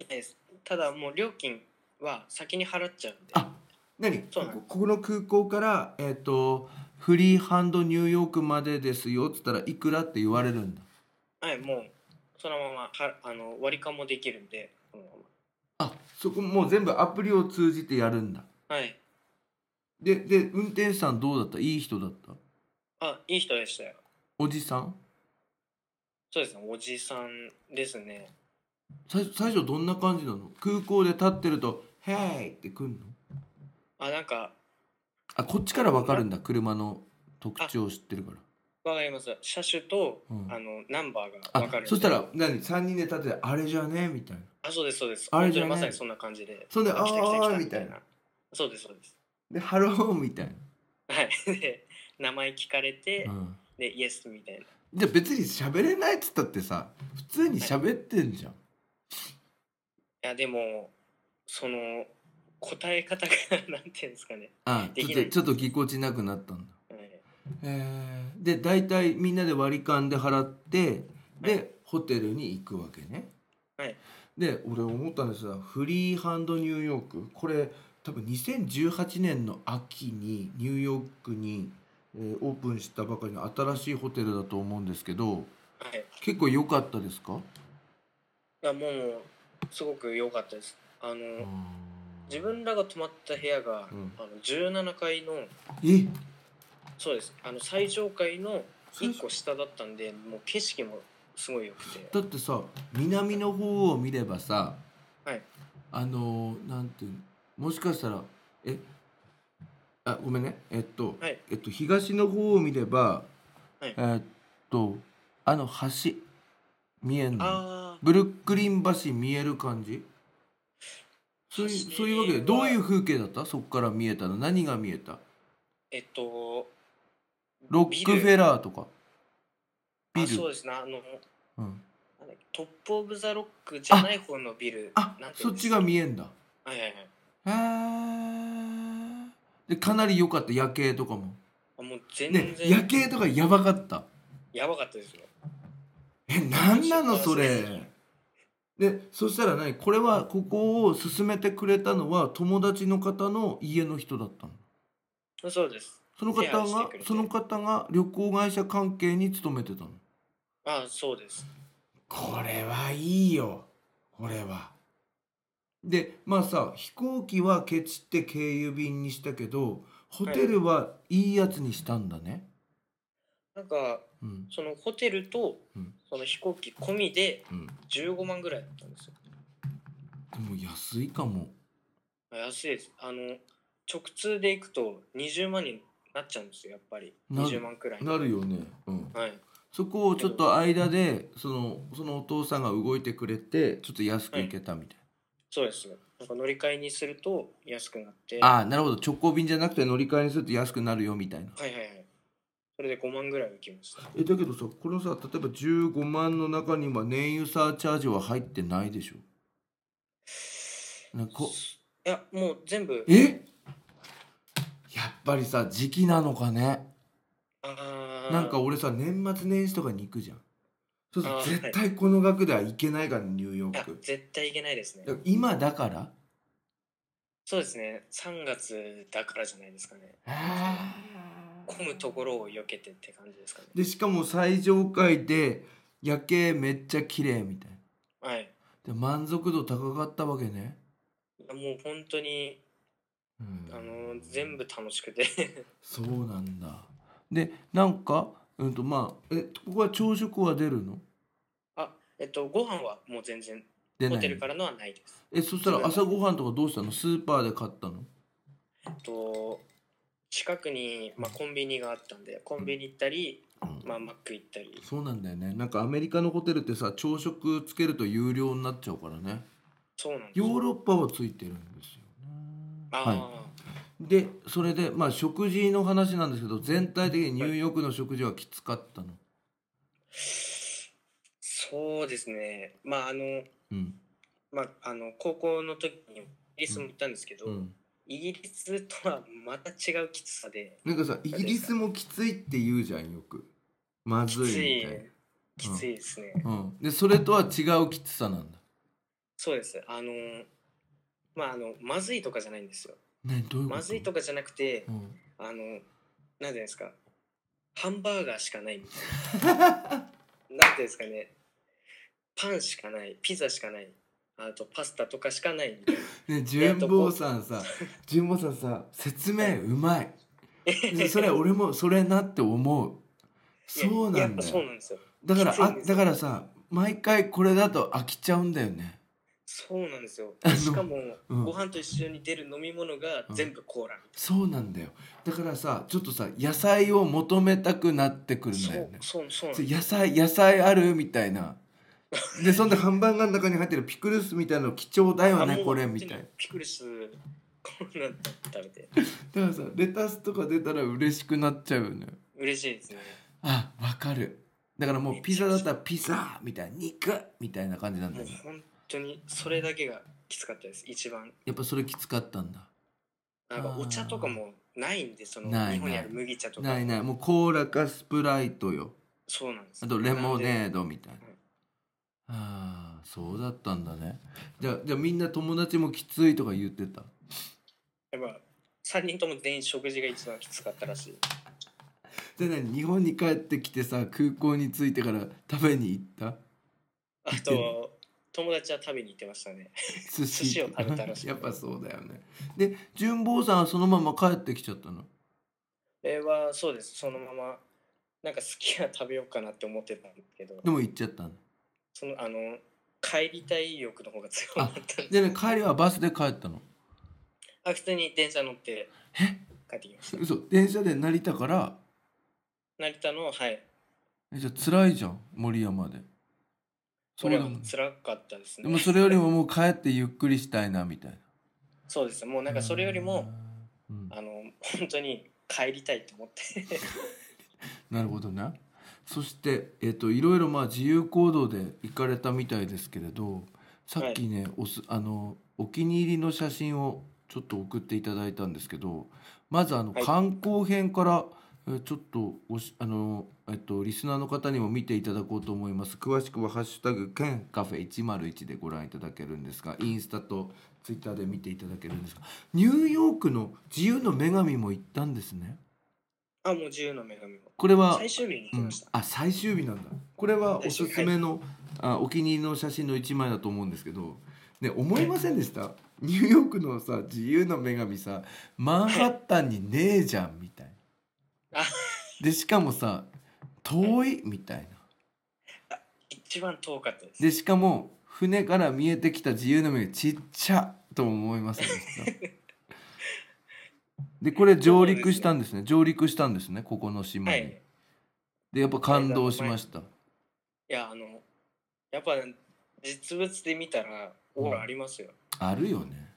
Speaker 3: ないですただもう料金は先に払っちゃうんで
Speaker 2: あ何こ
Speaker 3: そうなの
Speaker 2: こここの空港から、えっとフリーハンドニューヨークまでですよっつったらいくらって言われるんだ
Speaker 3: はいもうそのままはあの割り勘もできるんでこのま
Speaker 2: あそこもう全部アプリを通じてやるんだ
Speaker 3: まはい
Speaker 2: でで運転手さんどうだったいい人だった
Speaker 3: あいい人でしたよ
Speaker 2: おじさん
Speaker 3: そうですねおじさんですね
Speaker 2: 最最初どんな感じなの空港で立ってると「ヘイ!」って来んの
Speaker 3: あなんか
Speaker 2: あこっちから分かるんだ車の特徴を知ってるから
Speaker 3: わかります車種と、
Speaker 2: うん
Speaker 3: あのナンバーがわか
Speaker 2: あ
Speaker 3: るんで
Speaker 2: そしたら何3人で立ってて「あれじゃね?」みたいな
Speaker 3: あそうですそうです
Speaker 2: あれ
Speaker 3: 本
Speaker 2: じゃ
Speaker 3: 当に
Speaker 2: ない
Speaker 3: まさにそんな感じで
Speaker 2: そんで「
Speaker 3: 来
Speaker 2: あ
Speaker 3: た来た来
Speaker 2: あ」
Speaker 3: た
Speaker 2: みたいな
Speaker 3: そうですそうです
Speaker 2: で「ハロー」みたい
Speaker 3: はい で名前聞かれて、
Speaker 2: な、うん、
Speaker 3: でイエスみたいな
Speaker 2: じゃあ別に喋れないっつったってさ普通に喋ってんじゃん、
Speaker 3: いやでもその答え方が なんていうんですかね、
Speaker 2: あ
Speaker 3: で
Speaker 2: ちょ
Speaker 3: き
Speaker 2: っ
Speaker 3: ない
Speaker 2: とちょっとぎこちなくなったんだ
Speaker 3: はい
Speaker 2: えー、で大体みんなで割り勘で払ってで、
Speaker 3: はい
Speaker 2: ホテルに行くわけね、
Speaker 3: はい
Speaker 2: で俺思ったんですがフリーハンドニューヨークこれ多分2018年の秋にニューヨークに、えーオープンしたばかりの新しいホテルだと思うんですけど
Speaker 3: はい。い
Speaker 2: 結構良かったですか
Speaker 3: や、もう、すごく良かったです。あの、自分らが泊まった部屋が、
Speaker 2: うん
Speaker 3: あの17階の、
Speaker 2: え
Speaker 3: そうです。あの、最上階の
Speaker 2: 最
Speaker 3: 1
Speaker 2: 初
Speaker 3: 個下だったんで、もう景色もすごい良くて。
Speaker 2: だってさ南の方を見ればさ、
Speaker 3: はい
Speaker 2: あのーなんていうのもしかしたらえあごめんねえっと、
Speaker 3: はい
Speaker 2: えっと東の方を見れば、
Speaker 3: はい
Speaker 2: えっとあの橋見えんの
Speaker 3: あ
Speaker 2: ブルックリン橋見える感じそういう
Speaker 3: 橋
Speaker 2: そういうわけで
Speaker 3: は
Speaker 2: どういう風景だったそこから見えたの何が見えた
Speaker 3: ー、えっと、
Speaker 2: ロックフェラーとかビル
Speaker 3: あそうですね。あの、
Speaker 2: うん、
Speaker 3: なんだっけトップ・オブ・ザ・ロックじゃない方のビル。
Speaker 2: あ
Speaker 3: なんてい
Speaker 2: そ
Speaker 3: うん
Speaker 2: っ
Speaker 3: です
Speaker 2: ちが見えんだ
Speaker 3: はいはいはい。
Speaker 2: へーでかなり良かった夜景とかも
Speaker 3: あもう全
Speaker 2: ね
Speaker 3: 然、
Speaker 2: 夜景とかやばかった
Speaker 3: やばかったですよ。
Speaker 2: えなんなのそ
Speaker 3: そう
Speaker 2: れでそしたら何これはここを勧めてくれたのは友達の方の家の人だったの
Speaker 3: そうです。
Speaker 2: その方
Speaker 3: シェアして
Speaker 2: が
Speaker 3: くれて
Speaker 2: その方が旅行会社関係に勤めてたの
Speaker 3: あそうです。
Speaker 2: これはいいよこれはでまあさ飛行機はケチって経由便にしたけどホテルはいいやつにしたんだね、
Speaker 3: なんか、
Speaker 2: うん
Speaker 3: そのホテルと
Speaker 2: うん、
Speaker 3: その飛行機込みで
Speaker 2: うん
Speaker 3: 15万ぐらいだったんですよ。
Speaker 2: でも安いかも
Speaker 3: 安いです。あの、直通で行くと20万になっちゃうんですよ、やっぱり。
Speaker 2: な
Speaker 3: 20万くらい。
Speaker 2: なるよね、うん、
Speaker 3: はい。
Speaker 2: そこをちょっと間でそのそのお父さんが動いてくれてちょっと安くいけたみたい
Speaker 3: そうです。なんか乗り換えにすると安くなって。
Speaker 2: な、
Speaker 3: は
Speaker 2: ああなるほど直行便じゃなくて乗り換えにすると安くなるよみたいない
Speaker 3: はいはい。それで5万ぐらい浮きました。
Speaker 2: えだけどさこのさ例えば15万の中には燃油サーチャージは入ってないでしょなんかこ
Speaker 3: いや、もう全部。
Speaker 2: えやっぱりさ時期なのかね
Speaker 3: あー
Speaker 2: なんか俺さ年末年始とかに行くじゃんそうすると
Speaker 3: あー
Speaker 2: 絶対この額では行けないからねニューヨ
Speaker 3: い
Speaker 2: ー
Speaker 3: や
Speaker 2: ク
Speaker 3: 絶対いけないですね
Speaker 2: だから今だから
Speaker 3: そうですね3月だからじゃないですかね混むところを避けてって感じですかね
Speaker 2: でしかも最上階で夜景めっちゃ綺麗みたいな
Speaker 3: はい
Speaker 2: で満足度高かったわけね、
Speaker 3: もう本当に
Speaker 2: うん
Speaker 3: あの全部楽しくて
Speaker 2: そうなんだでなんかうんとまあえここは朝食は出るの
Speaker 3: あえっとご飯はもう全然
Speaker 2: 出
Speaker 3: ホ
Speaker 2: な
Speaker 3: テ
Speaker 2: い
Speaker 3: ル
Speaker 2: の
Speaker 3: からのはないです
Speaker 2: えそしたら朝ごはんとかどうしたのスーパーで買ったの
Speaker 3: えっと近くに、まあ、コンビニがあったんでコンビニ行ったり、まあ、マック行ったり
Speaker 2: そうなんだよねなんかアメリカのホテルってさ朝食つけると有料になっちゃうからね
Speaker 3: そうなんです
Speaker 2: ヨーロッパはついてるんですよね
Speaker 3: あ
Speaker 2: はい
Speaker 3: ー、
Speaker 2: でそれでまあ食事の話なんですけど全体的にニューヨークの食事はきつかったの、
Speaker 3: そうですねまああの
Speaker 2: うん
Speaker 3: まああの高校の時にイギリスも行ったんですけど、
Speaker 2: うん、
Speaker 3: イギリスとはまた違うきつさで
Speaker 2: なんかさイギリスもきついって言うじゃんよくま
Speaker 3: き
Speaker 2: ず
Speaker 3: つ
Speaker 2: いみ
Speaker 3: い
Speaker 2: たい
Speaker 3: きついですね、
Speaker 2: な、うん、でそれとは違うきつさなんだ
Speaker 3: そうですあのまああのまずいとかじゃないんですよ
Speaker 2: ねどういうこと
Speaker 3: まずいとかじゃなくて
Speaker 2: うん
Speaker 3: あのなんていうんですかハンバーガーしか ないみたいななんていうんですかねパンしかないピザしかないあとパスタとかしかないみたいな
Speaker 2: ね純坊さんさ純坊さんさ説明うまいでそれ俺もそれなって思うそう
Speaker 3: いや
Speaker 2: な
Speaker 3: やっ
Speaker 2: ん
Speaker 3: ぱ
Speaker 2: だ
Speaker 3: そう
Speaker 2: よ
Speaker 3: なんですよ
Speaker 2: だから
Speaker 3: きつい
Speaker 2: あ
Speaker 3: んです
Speaker 2: だ
Speaker 3: よ
Speaker 2: からさ毎回これだと飽きちゃうんだよね
Speaker 3: そうなんですよ
Speaker 2: あの
Speaker 3: しかも、
Speaker 2: うん
Speaker 3: ご飯と一緒に出る飲み物が全部コーラみ
Speaker 2: そうなんだよだからさちょっとさ野菜を求めたくなってくるん
Speaker 3: た
Speaker 2: だ
Speaker 3: い
Speaker 2: よ
Speaker 3: な
Speaker 2: ね、
Speaker 3: そうそう
Speaker 2: そ
Speaker 3: そうなん
Speaker 2: う
Speaker 3: です
Speaker 2: 野菜野菜あるみたいなでそんでハンバーガーの中に入ってるピクルスみたいなの貴重だよ
Speaker 3: あ
Speaker 2: ね
Speaker 3: もう
Speaker 2: これみたいなだ
Speaker 3: ピクルスこんなの食べて
Speaker 2: からさレタスとか出たら嬉しくなっちゃうよね
Speaker 3: 嬉しいですね
Speaker 2: あわかるだからもうピザだったらピザみたいな肉みたいな感じなんだ
Speaker 3: もう
Speaker 2: よね
Speaker 3: 本当にそれだけがきつかったです一番
Speaker 2: やっぱそれきつかったんだ
Speaker 3: なん
Speaker 2: あ
Speaker 3: か
Speaker 2: ー
Speaker 3: お茶とかもないんでその
Speaker 2: ない
Speaker 3: 日本にある麦茶とか
Speaker 2: ないないもうコーラかスプライトよ
Speaker 3: そうなんです
Speaker 2: あとレモネー
Speaker 3: ド
Speaker 2: ドみたいなああそうだったんだねじゃあじゃあみんな友達もきついとか言ってた
Speaker 3: やっぱ3人とも全員食事が一番きつかったらし い
Speaker 2: で何日本に帰ってきてさ空港に着いてから食べに行った
Speaker 3: あと友達は食べに行ってましたね
Speaker 2: 寿
Speaker 3: 司を食べたらしい
Speaker 2: やっぱそうだよねで純坊さんはそのまま帰ってきちゃったの
Speaker 3: えはそうですそのままなんか好きな食べようかなって思ってたんですけど
Speaker 2: でも行っちゃったの
Speaker 3: そのあの帰りたい意欲の方が強かったんで
Speaker 2: でね帰りはバスで帰ったの
Speaker 3: あ普通に電車乗って帰ってきました
Speaker 2: 嘘電車で成田から
Speaker 3: 成田のはい
Speaker 2: えじゃあ辛いじゃん森山でそ
Speaker 3: そ
Speaker 2: う
Speaker 3: れ
Speaker 2: だ
Speaker 3: は
Speaker 2: もん
Speaker 3: 辛かったです
Speaker 2: で
Speaker 3: ね
Speaker 2: もそれよりももう帰ってゆっくりしたいなみたいな
Speaker 3: そうですもうなんかそれよりも、
Speaker 2: うん、
Speaker 3: あの本当に帰りたいと思って
Speaker 2: なるほどねそして、えっといろいろまあ自由行動で行かれたみたいですけれどさっきね、おすあのお気に入りの写真をちょっと送っていただいたんですけどまずあの
Speaker 3: はい
Speaker 2: 観光編から、えーちょっとおしあの、えっと、リスナーの方にも見ていただこうと思います詳しくは「ハッシュタグ県カフェ101」でご覧いただけるんですがインスタとツイッターで見ていただけるんですがニューヨークの自由の女神も行ったんですね。
Speaker 3: あもう自由の女神を
Speaker 2: これは
Speaker 3: 最終日に行き
Speaker 2: うん
Speaker 3: ました、、
Speaker 2: あ最終日なんだこれはおすすめの、あお気に入りの写真の一枚だと思うんですけど、ね、思いませんでしたニューヨークのさ自由の女神さマンハッタンにねえじゃんみたいな
Speaker 3: あ
Speaker 2: でしかもさ遠いみたいな
Speaker 3: 一番遠かったです
Speaker 2: でしかも船から見えてきた自由の女神ちっちゃとも思いませんでし たでこれ上陸したんですね上陸したんですねここの島
Speaker 3: は
Speaker 2: に、
Speaker 3: いい
Speaker 2: でやっぱ感動しました
Speaker 3: やあのやっぱ実物で見たらオーラありますよ、
Speaker 2: あるよね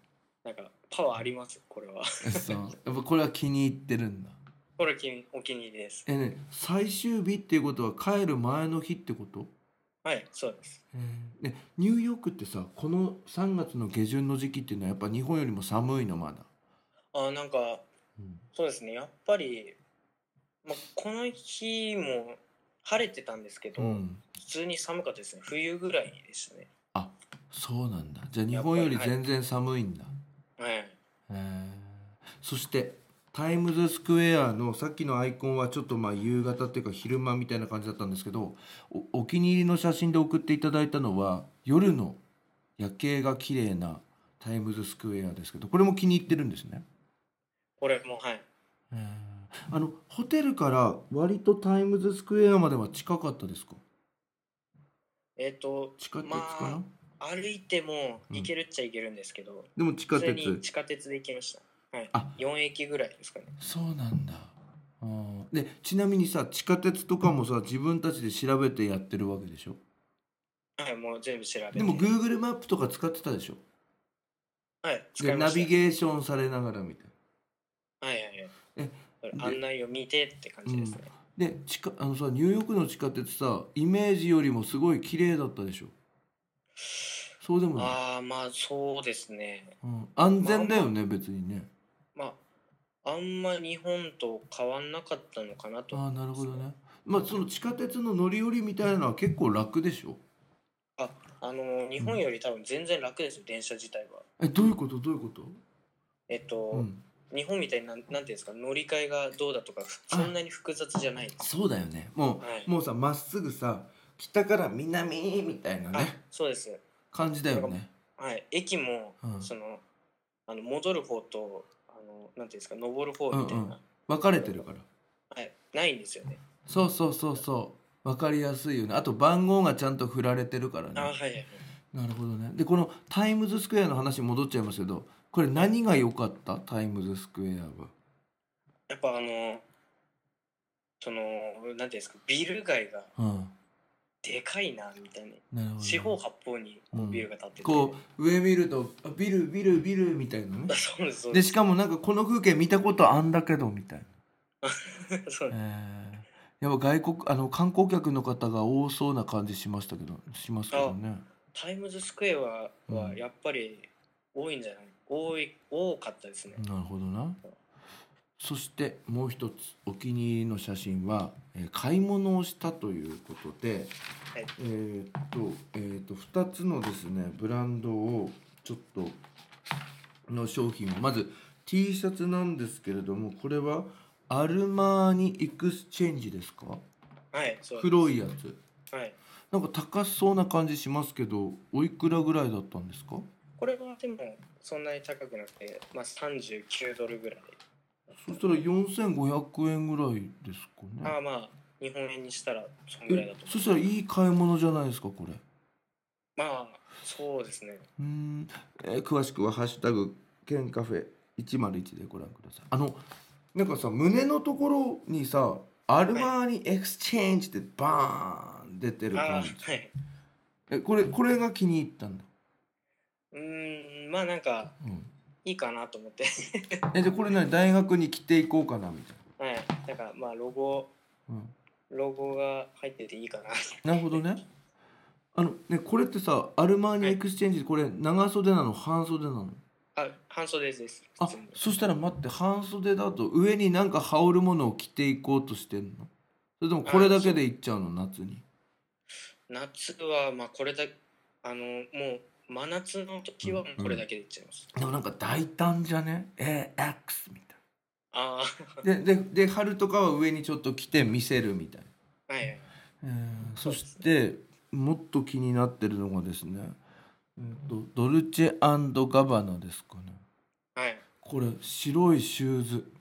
Speaker 3: なんかパワーありますこれは
Speaker 2: そうやっぱこれは気に入ってるんだ
Speaker 3: これ気にお気に入りです
Speaker 2: えね最終日っていうことは帰る前の日ってこと、
Speaker 3: はいそうです
Speaker 2: ね、ニューヨークってさこの3月の下旬の時期っていうのはやっぱ日本よりも寒いのまだ、
Speaker 3: あなんか
Speaker 2: うん
Speaker 3: そうですねやっぱり、ま、この日も晴れてたんですけど、
Speaker 2: うん、
Speaker 3: 普通に寒かったですね冬ぐらいでしたね
Speaker 2: そうなんだじゃあ日本より全然寒いんだ、
Speaker 3: はい
Speaker 2: へえそしてタイムズスクエアのさっきのアイコンはちょっとまあ夕方っていうか昼間みたいな感じだったんですけどおお気に入りの写真で送っていただいたのは夜の夜景が綺麗なタイムズスクエアですけどこれも気に入ってるんですね。
Speaker 3: これもはい
Speaker 2: あのホテルから割とタイムズスクエアまでは近かったですか
Speaker 3: えっ、と
Speaker 2: 地下鉄かな、
Speaker 3: ま歩いても行けるっちゃ行けるんですけど、
Speaker 2: でも地下
Speaker 3: 普通
Speaker 2: 鉄
Speaker 3: に地下鉄で行きましたはい
Speaker 2: あ
Speaker 3: 4駅ぐらいですかね
Speaker 2: そうなんだあーでちなみにさ地下鉄とかもさ自分たちで調べてやってるわけでしょ
Speaker 3: はいもう全部調べて
Speaker 2: でも Google マップとか使ってたでしょ
Speaker 3: はい使
Speaker 2: で
Speaker 3: いま
Speaker 2: ナ
Speaker 3: した
Speaker 2: ビ
Speaker 3: よ
Speaker 2: ゲーションされながらみたい
Speaker 3: はいはい
Speaker 2: え
Speaker 3: はい案内を見てって感じですね、
Speaker 2: なで地下あのさニューヨークの地下鉄さイメージよりもすごい綺麗だったでしょそうでもない、
Speaker 3: ああまあそうですね
Speaker 2: うん、安全だよね別にね
Speaker 3: まああんま日本と変わんなかったのかなと
Speaker 2: ああなるほどねまあその地下鉄の乗り降りみたいなのは結構楽でしょ
Speaker 3: ああのー日本より多分全然楽ですよ電車自体は
Speaker 2: えどういうことどういうこと、
Speaker 3: えっと、
Speaker 2: うん、
Speaker 3: 日本みたいになんなんていうんですか乗り換えがどうだとかそんなに複雑じゃないです
Speaker 2: そうだよねもう、
Speaker 3: はい
Speaker 2: もうさまっすぐさ北から南みたいな
Speaker 3: あ
Speaker 2: ね
Speaker 3: そうです
Speaker 2: 感じだよね
Speaker 3: はい駅も、
Speaker 2: うん
Speaker 3: そのあの戻る方とあのなんていうんですか登る方みたいな、
Speaker 2: うんうん分かれてるから
Speaker 3: はいないんですよね、
Speaker 2: そうそうそうそう分かりやすいよねあと番号がちゃんと振られてるからね
Speaker 3: あはいはいはい
Speaker 2: なるほどねでこのタイムズスクエアの話戻っちゃいますけどこれ何が良かったタイムズスクエアは
Speaker 3: やっぱあのそのなんていうんですかビル街が
Speaker 2: うん
Speaker 3: でかいなみたいな
Speaker 2: なるほど
Speaker 3: 四方八方にこう
Speaker 2: うん
Speaker 3: ビルが建ってて、
Speaker 2: こう上見るとあビルビルビルみたいなね
Speaker 3: あ そうですそう
Speaker 2: で
Speaker 3: で
Speaker 2: し
Speaker 3: す
Speaker 2: かもなんかこの風景見たことあんだけどみたいな
Speaker 3: そうです
Speaker 2: えー、やっぱ外国あの観光客の方が多そうな感じしましたけどしますけどね
Speaker 3: タイムズスクエアは
Speaker 2: うん
Speaker 3: はやっぱり多いんじゃない多い多かったですね、
Speaker 2: なるほどなそしてもう一つお気に入りの写真は、えー買い物をしたということで、
Speaker 3: はい
Speaker 2: えーっと,、えーっと2つのですねブランドをちょっとの商品をまず T シャツなんですけれどもこれはアルマーニエクスチェンジですか
Speaker 3: はい、そうです。
Speaker 2: 黒いやつ
Speaker 3: はい。
Speaker 2: なんか高そうな感じしますけどおいくらぐらいだったんですか
Speaker 3: これはでも、そんなに高くなくて、まあ、39ドルぐらい。
Speaker 2: そしたら4500円ぐらいですかね
Speaker 3: ああ、まあ、日本円にしたら、そんぐらいだ
Speaker 2: え
Speaker 3: と思う。
Speaker 2: そしたらいい買い物じゃないですかこれ
Speaker 3: まあ、そうですね。
Speaker 2: うーん、えー詳しくは「ハッシュタグケンカフェ101」でご覧くださいあのなんかさ胸のところにさ「アルマーニエクスチェンジ」ってバーン出てる
Speaker 3: ああ、
Speaker 2: 感じ
Speaker 3: はい。
Speaker 2: えこれこれが気に入ったんだ、
Speaker 3: うーん、まあ、なんか、
Speaker 2: うん、
Speaker 3: いいかなと思って。
Speaker 2: えじゃあこれ何大学に着ていこうかなみたい
Speaker 3: はい。だから、まあ、ロゴ、
Speaker 2: な、うん、
Speaker 3: ロゴが入ってていいかな。
Speaker 2: なるほどねあのねこれってさアルマーニエクスチェンジこれ長袖なの半袖なの
Speaker 3: あ、半袖です。
Speaker 2: あ
Speaker 3: 普通に
Speaker 2: そしたら待って半袖だと上になんか羽織るものを着ていこうとしてんのそれともこれだけでいっちゃうの夏に
Speaker 3: 夏は、まあ、これだ、あの、もう、真夏の時は、これだけでいっちゃいます。
Speaker 2: でもなんか大胆じゃね ?AX みた
Speaker 3: あ
Speaker 2: いなででで春とかは上にちょっと着て見せるみたい
Speaker 3: あ、はいはい。
Speaker 2: な、えーそしてもっと気になってるのがですね、えー、とドルチェガバナですかね
Speaker 3: はい。
Speaker 2: これ白いシューズ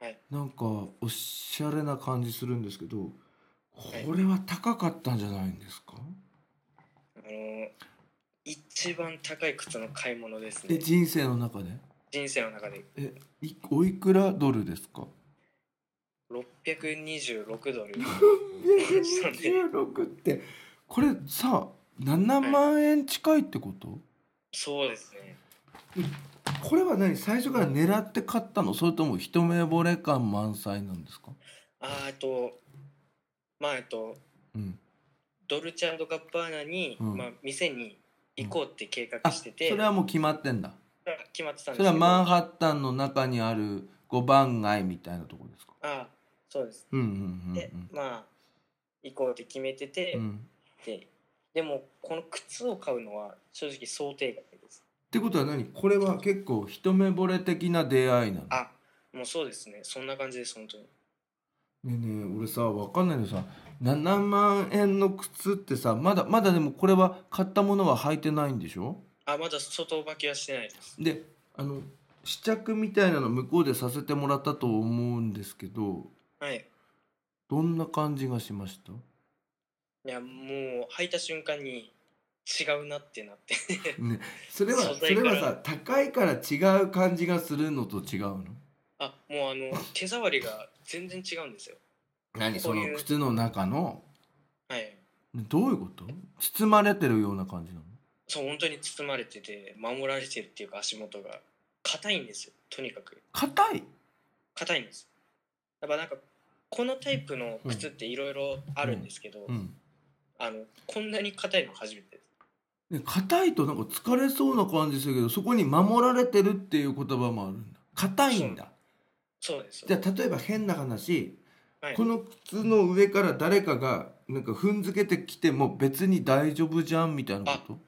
Speaker 3: はい。
Speaker 2: なんかおしゃれな感じするんですけどこれは高かったんじゃないんですか
Speaker 3: あの一番高い靴の買い物です
Speaker 2: え
Speaker 3: ね
Speaker 2: 人生の中で
Speaker 3: 人生の中で
Speaker 2: えいおいくらドルですか
Speaker 3: 626ドル
Speaker 2: 26ってこれさ7万円近いってこと、
Speaker 3: そうですね
Speaker 2: これは何最初から狙って買ったのそれとも一目惚れ感満載なんですか
Speaker 3: あーえっとまあえっと
Speaker 2: うん
Speaker 3: ドルチェガッバーナに、
Speaker 2: うん
Speaker 3: まあ、店に行こうって計
Speaker 2: あ
Speaker 3: 画してて、
Speaker 2: それはもう決まってんだ
Speaker 3: 決まってたん
Speaker 2: それ
Speaker 3: ですけど
Speaker 2: はマンハッタンの中にある5番街みたいなとこですか
Speaker 3: あーそうです
Speaker 2: うんうんうん
Speaker 3: で、まあ行こうって決めてて、
Speaker 2: うんうん
Speaker 3: ででもこの靴を買うのは正直想定外です
Speaker 2: ってことは何これは結構一目惚れ的な出会いなの
Speaker 3: あもうそうですねそんな感じです本当に
Speaker 2: ねえねえ俺さわかんないけどさ7万円の靴ってさまだまだでもこれは買ったものは履いてないんでしょ
Speaker 3: あまだ外履きはしてないです
Speaker 2: であの試着みたいなの向こうでさせてもらったと思うんですけど
Speaker 3: はい
Speaker 2: どんな感じがしました
Speaker 3: いやもう履いた瞬間に違うなってなって
Speaker 2: ねそれは
Speaker 3: 素
Speaker 2: そ
Speaker 3: 材
Speaker 2: れ
Speaker 3: から
Speaker 2: はさ高いから違う感じがするのと違うの
Speaker 3: あもうあの手触りが全然違うんですよ
Speaker 2: 何
Speaker 3: こ
Speaker 2: そうの
Speaker 3: いう
Speaker 2: 靴の中の
Speaker 3: はい
Speaker 2: ねどういうこと包まれてるような感じなの
Speaker 3: そう本当に包まれてて守られてるっていうか足元が硬いんですよとにかく
Speaker 2: 硬い
Speaker 3: 硬いんですやっぱなんかこのタイプの靴っていろいろあるんですけど、
Speaker 2: うん
Speaker 3: あのこんなに硬いの初めてです
Speaker 2: ね硬いとなんか疲れそうな感じするけどそこに守られてるっていう言葉もあるんだ硬いんだ
Speaker 3: そうです
Speaker 2: じゃあ例えば変な話
Speaker 3: はい
Speaker 2: この靴の上から誰かがなんか踏んづけてきても別に大丈夫じゃんみたいなこと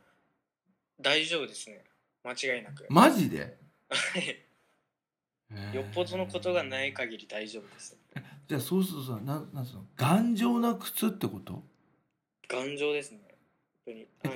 Speaker 3: 大丈夫ですね間違いなく、
Speaker 2: マジで
Speaker 3: はいよっぽどのことがない限り大丈夫です
Speaker 2: じゃあそうするとさなんなんつうの頑丈な靴ってこと、
Speaker 3: 頑丈ですね本当に
Speaker 2: う
Speaker 3: あ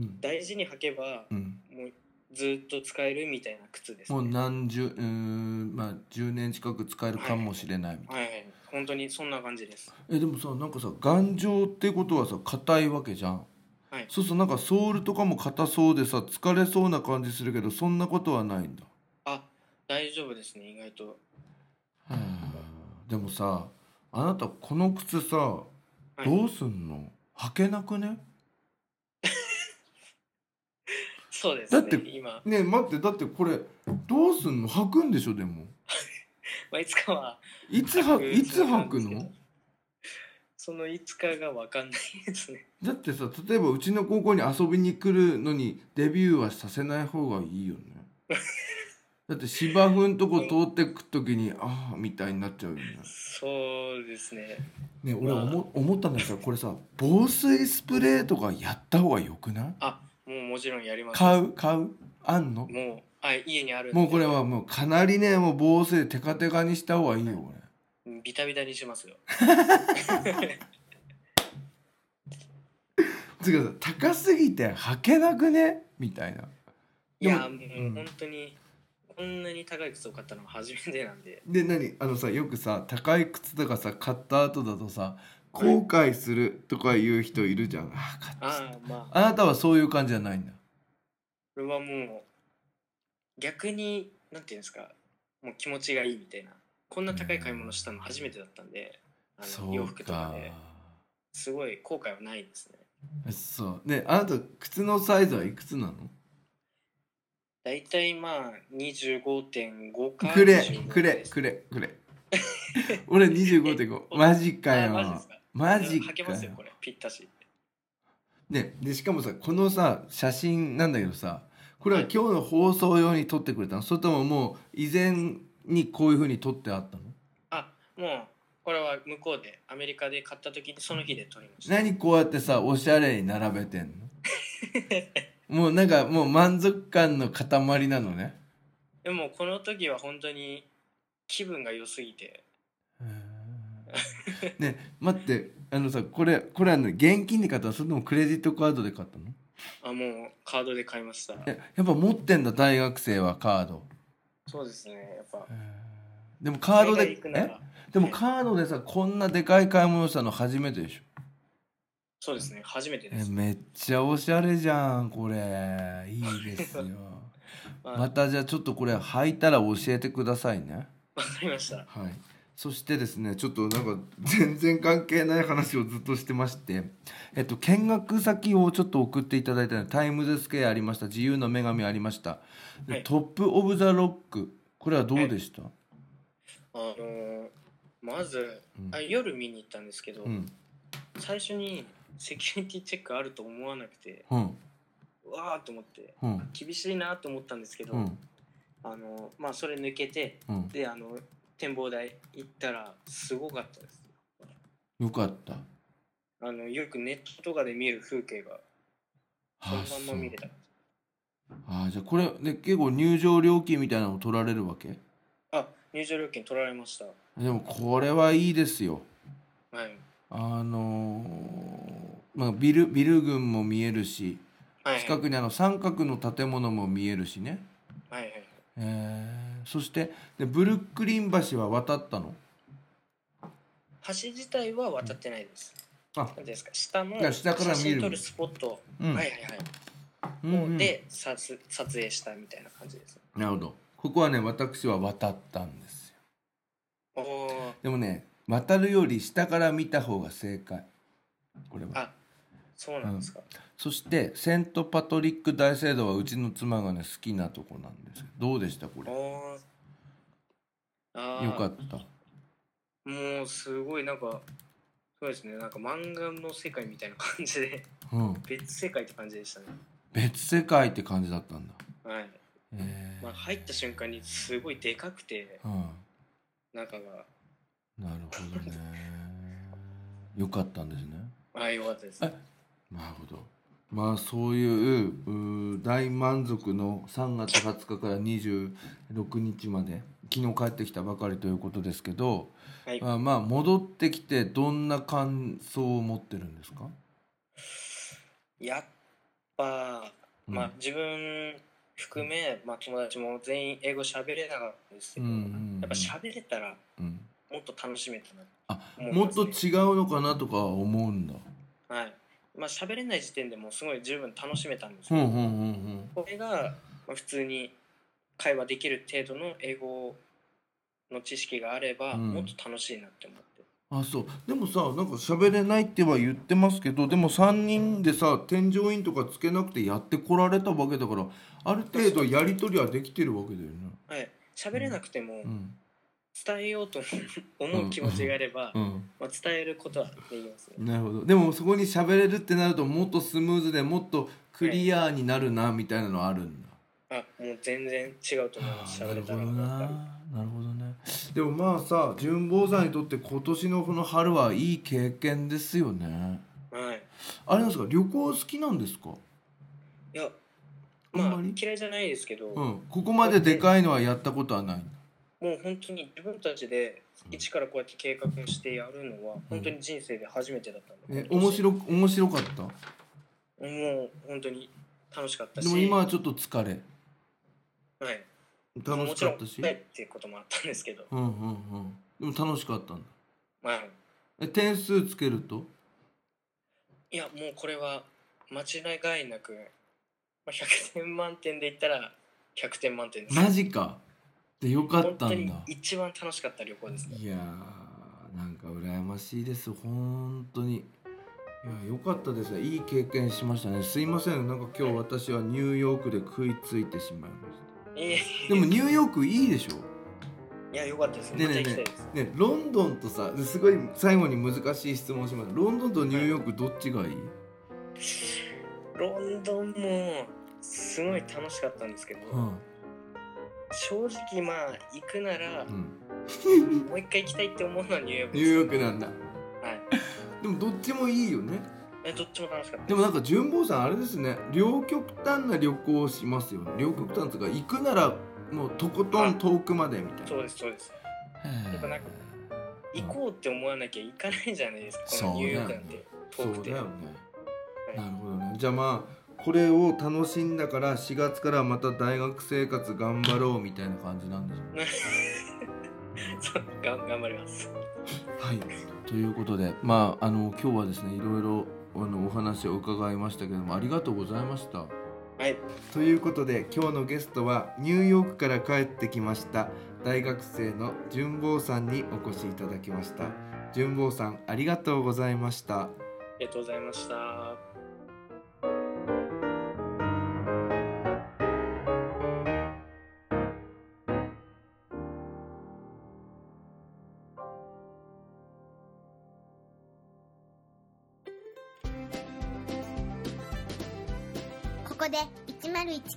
Speaker 3: の
Speaker 2: ん
Speaker 3: 大事に履けば
Speaker 2: うん、
Speaker 3: もうずっと使えるみたいな靴です、
Speaker 2: もう
Speaker 3: ね。
Speaker 2: 何十うーんまあ10年近く使えるかもしれないみたいな、
Speaker 3: はいはい、本当にそんな感じです。
Speaker 2: えでもさなんかさ頑丈ってことはさ硬いわけじゃん、
Speaker 3: はい
Speaker 2: そうそうなんかソールとかも硬そうでさ疲れそうな感じするけどそんなことはないんだ
Speaker 3: あ、大丈夫ですね、意外と。
Speaker 2: でもさあなたこの靴さ、
Speaker 3: い
Speaker 2: どうすんの履けなくね
Speaker 3: そうですね
Speaker 2: だっ、て
Speaker 3: 今、
Speaker 2: ねえ待ってだってこれどうすんの履くんでしょでも
Speaker 3: まあ、いつかは、
Speaker 2: いつは
Speaker 3: 履く
Speaker 2: いつ履く
Speaker 3: そうなんです
Speaker 2: の
Speaker 3: けそのいつかがわかんないですね。
Speaker 2: だってさ例えばうちの 高校に遊びに来るのにデビューはさせない方がいいよねだって芝生んとこ通ってく時にああみたいになっちゃうよね
Speaker 3: そうですね。
Speaker 2: ね俺思思ったんだけどこれさ防水スプレーとかやった方がよくない
Speaker 3: あ、もうもちろんやります。
Speaker 2: 買う買うあんの
Speaker 3: もう、あ、家にあるんで
Speaker 2: もうこれは。もうかなりねもう防水テカテカにした方がいいよこれ
Speaker 3: ビタビタにしますよ。
Speaker 2: つうかさ高すぎて履けなくねみたいないでも
Speaker 3: や、も
Speaker 2: う
Speaker 3: うん本当に、こんなに高い靴を買ったのは初めてなんで。
Speaker 2: で何あのさよくさ高い靴とかさ買った後だとさ後悔するとか言う人いるじゃんあー買っちゃった
Speaker 3: ああ、まあ、
Speaker 2: あなたはそういう感じじゃないんだ
Speaker 3: これはもう、逆に、なんていうんですか、もう気持ちがいいみたいな。こんな高い買い物したの初めてだったんで、あ
Speaker 2: そ
Speaker 3: の洋
Speaker 2: う
Speaker 3: 服とか
Speaker 2: か
Speaker 3: で、すごい後悔はないですね。
Speaker 2: そうねあなた靴のサイズはいくつなの
Speaker 3: だいたいまあ、25.5か
Speaker 2: くれ
Speaker 3: 25
Speaker 2: くれ
Speaker 3: です
Speaker 2: くれ くれ俺25.5マジか
Speaker 3: あマジで
Speaker 2: よ
Speaker 3: すか
Speaker 2: マジ
Speaker 3: 履
Speaker 2: か
Speaker 3: け
Speaker 2: よ
Speaker 3: ますよ、これ。ぴったし。
Speaker 2: ねでしかもさこのさ写真なんだけどさこれは今日の放送用に撮ってくれたのそれとももう以前にこういうふうに撮ってあったの
Speaker 3: あ、もう、これは向こうで、アメリカで買った時にその日で撮りました。
Speaker 2: 何こうやってさおしゃれに並べてんの もうなんかもう満足感の塊なのね
Speaker 3: でも、この時は本当に気分が良すぎて、
Speaker 2: ね待ってあのさこれこれはね現金で買ったのそれともクレジットカードで買ったの
Speaker 3: あ、もうカードで買いました。
Speaker 2: えやっぱ持ってんだ大学生はカード
Speaker 3: そうですね、やっぱ。
Speaker 2: でもカード
Speaker 3: 海
Speaker 2: で
Speaker 3: 外行くな
Speaker 2: え
Speaker 3: ら
Speaker 2: でもカードでさこんなでかい買い物したの初めてでしょ
Speaker 3: そうですね、初めてで
Speaker 2: え
Speaker 3: す。
Speaker 2: めっちゃおしゃれじゃんこれいいで すよ
Speaker 3: まあ
Speaker 2: またじゃあちょっとこれ履いたら教えてくださいね
Speaker 3: わかりました。
Speaker 2: はいそしてですねちょっとなんか全然関係ない話をずっとしてまして、えっと、見学先をちょっと送っていただいたのでタイムズスクエアありました自由の女神ありました、で
Speaker 3: はい
Speaker 2: トップ・オブ・ザ・ロックこれはどうでした、
Speaker 3: あのーまず、
Speaker 2: うん
Speaker 3: あ夜見に行ったんですけど、
Speaker 2: うん
Speaker 3: 最初にセキュリティチェックあると思わなくて、
Speaker 2: うん
Speaker 3: うわーと思って、
Speaker 2: うん
Speaker 3: 厳しいなと思ったんですけど、
Speaker 2: うん
Speaker 3: あのーまあ、それ抜けて、
Speaker 2: うん
Speaker 3: で、あの、展望台行ったら、すごかったです。
Speaker 2: よかった
Speaker 3: あの、よくネットとかで見える風景が、その
Speaker 2: あ
Speaker 3: まんま見れた。
Speaker 2: そうあーじゃあこれで結構入場料金みたいなのを取られるわけ
Speaker 3: あ、入場料金取られました。
Speaker 2: でもこれはいいですよ
Speaker 3: はい。
Speaker 2: あのーまあ、ビルビル群も見えるし
Speaker 3: はい。
Speaker 2: 近くにあの三角の建物も見えるしね、
Speaker 3: はいはい。
Speaker 2: えーそしてでブルックリン橋は渡ったの
Speaker 3: 橋自体は渡ってないです。
Speaker 2: あ
Speaker 3: なんですか下の
Speaker 2: いや下から
Speaker 3: 写
Speaker 2: 見る
Speaker 3: 真撮るスポット、
Speaker 2: うん、
Speaker 3: はいはいはい、
Speaker 2: うんうん
Speaker 3: で撮撮影したみたいな感じです。
Speaker 2: なるほどここはね私は渡ったんですよ
Speaker 3: おお、
Speaker 2: でもね渡るより下から見た方が正解これは
Speaker 3: あそうなんですか。
Speaker 2: そしてセントパトリック大聖堂はうちの妻がね好きなとこなんですどうでしたこれ
Speaker 3: お
Speaker 2: よ
Speaker 3: お、あー
Speaker 2: かった
Speaker 3: もうすごいなんかそうですねなんか漫画の世界みたいな感じで
Speaker 2: うん、
Speaker 3: 別世界って感じでしたね。
Speaker 2: 別世界って感じだったんだ、
Speaker 3: はい。
Speaker 2: えー
Speaker 3: まあ入った瞬間にすごいでかくて
Speaker 2: うん
Speaker 3: 中が
Speaker 2: なるほどね。よかったんですね。
Speaker 3: ああ良かったです。
Speaker 2: えなるほど。まあそういううー大満足の3月20日から26日まで昨日帰ってきたばかりということですけど、
Speaker 3: はい
Speaker 2: あまあ戻ってきてどんな感想を持ってるんですか、
Speaker 3: やっぱ
Speaker 2: うん
Speaker 3: まあ、自分含め、まあ、友達も全員英語喋れなかったんですけ
Speaker 2: うん
Speaker 3: ど、
Speaker 2: うんうん
Speaker 3: やっぱ喋れたら
Speaker 2: うん、
Speaker 3: もっと楽しめたな
Speaker 2: あ
Speaker 3: 思い
Speaker 2: も
Speaker 3: ま
Speaker 2: っ
Speaker 3: す
Speaker 2: と
Speaker 3: ね
Speaker 2: 違うのかなとかは思うんだ。
Speaker 3: はいまあ喋れない時点でもうすごい十分楽しめたんです
Speaker 2: う
Speaker 3: け
Speaker 2: んう
Speaker 3: ど、
Speaker 2: んうん
Speaker 3: これが、まあ、普通に会話できる程度の英語の知識があれば、
Speaker 2: うん
Speaker 3: もっと楽しいなって思って
Speaker 2: うん。あそうでもさなんか喋れないっては言ってますけどでも3人でさ添乗員とかつけなくてやってこられたわけだからある程度やり取りはできてるわけだよね。
Speaker 3: はい喋れなくても
Speaker 2: うん
Speaker 3: 伝えようと思う気持ちがあれば、
Speaker 2: うん、
Speaker 3: まあ、伝えることはできますね
Speaker 2: なるほどでもそこに喋れるってなるともっとスムーズでもっとクリアになるなみたいなのはあるんだ。
Speaker 3: あもう全然違うと思います
Speaker 2: あー
Speaker 3: 喋
Speaker 2: な
Speaker 3: れ
Speaker 2: る
Speaker 3: た
Speaker 2: ほ
Speaker 3: ら
Speaker 2: どななるほどねでもまあさ純坊さんにとって今年のこの春はいい経験ですよね
Speaker 3: はい
Speaker 2: あれなんですか旅行好きなんですか
Speaker 3: いや
Speaker 2: あん
Speaker 3: まあ
Speaker 2: まり
Speaker 3: 嫌いじゃないですけど、
Speaker 2: う
Speaker 3: も
Speaker 2: んここまででかいのはやったことはない
Speaker 3: うん本当に自分たちで一からこうやって計画してやるのは本当に人生で初めてだったの
Speaker 2: え
Speaker 3: で、
Speaker 2: 面白く面白かった
Speaker 3: もう本当に楽しかったし
Speaker 2: でも今はちょっと疲れ
Speaker 3: はい、
Speaker 2: 楽しかったし
Speaker 3: もちろんはいっていうこともあったんですけど、
Speaker 2: うんうんうんでも楽しかったんだ
Speaker 3: まあ、
Speaker 2: え点数つけると
Speaker 3: いやもうこれは間違いなく、まあ、100点満点で言ったら100点満点です
Speaker 2: マジかでよかっ
Speaker 3: 本
Speaker 2: た
Speaker 3: 当
Speaker 2: ん
Speaker 3: に
Speaker 2: だ
Speaker 3: 一番楽しかった旅行ですね
Speaker 2: いやーなんか羨ましいです本当にいや良かったですねいい経験しましたねすいませんなんか今日私はニューヨークで食いついてしまいまし
Speaker 3: いやい
Speaker 2: たでもニューヨークいいでしょ
Speaker 3: や良かったです
Speaker 2: ねえ
Speaker 3: ねま
Speaker 2: ね
Speaker 3: た
Speaker 2: えね
Speaker 3: 行きたいです
Speaker 2: えねえロンドンとさすごい最後に難しい質問しますロンドンとニューヨークどっちがいい
Speaker 3: ロンドンもすごい楽しかったんですけど、
Speaker 2: うん
Speaker 3: 正直まあ行くなら
Speaker 2: うん
Speaker 3: もう一回行きたいって思うのはニューヨー
Speaker 2: ニュ
Speaker 3: クです
Speaker 2: ーヨークなんだ
Speaker 3: はい
Speaker 2: でもどっちもいいよね
Speaker 3: えどっちも楽しかった
Speaker 2: でもなんか純坊さんあれですね両極端な旅行をしますよね両極端とか行くならもうとことん遠くまでみたいな
Speaker 3: そうですそうです
Speaker 2: へ
Speaker 3: やっぱなんか
Speaker 2: うん
Speaker 3: 行こうって思わなきゃ行かないじゃないですかこ
Speaker 2: そう
Speaker 3: の
Speaker 2: ね
Speaker 3: ニューヨークなんて
Speaker 2: そ
Speaker 3: 遠
Speaker 2: う
Speaker 3: くて
Speaker 2: だよね、
Speaker 3: はい
Speaker 2: なるほどねじゃあまあこれを楽しんだから4月からまた大学生活頑張ろうみたいな感じなんでしょうね
Speaker 3: そうがん頑張ります
Speaker 2: はいということでまああの今日はですねいろいろあのお話を伺いましたけどもありがとうございました
Speaker 3: はい
Speaker 2: ということで今日のゲストはニューヨークから帰ってきました大学生の純坊さんにお越しいただきました純坊さんありがとうございました
Speaker 3: ありがとうございました。
Speaker 1: ここで101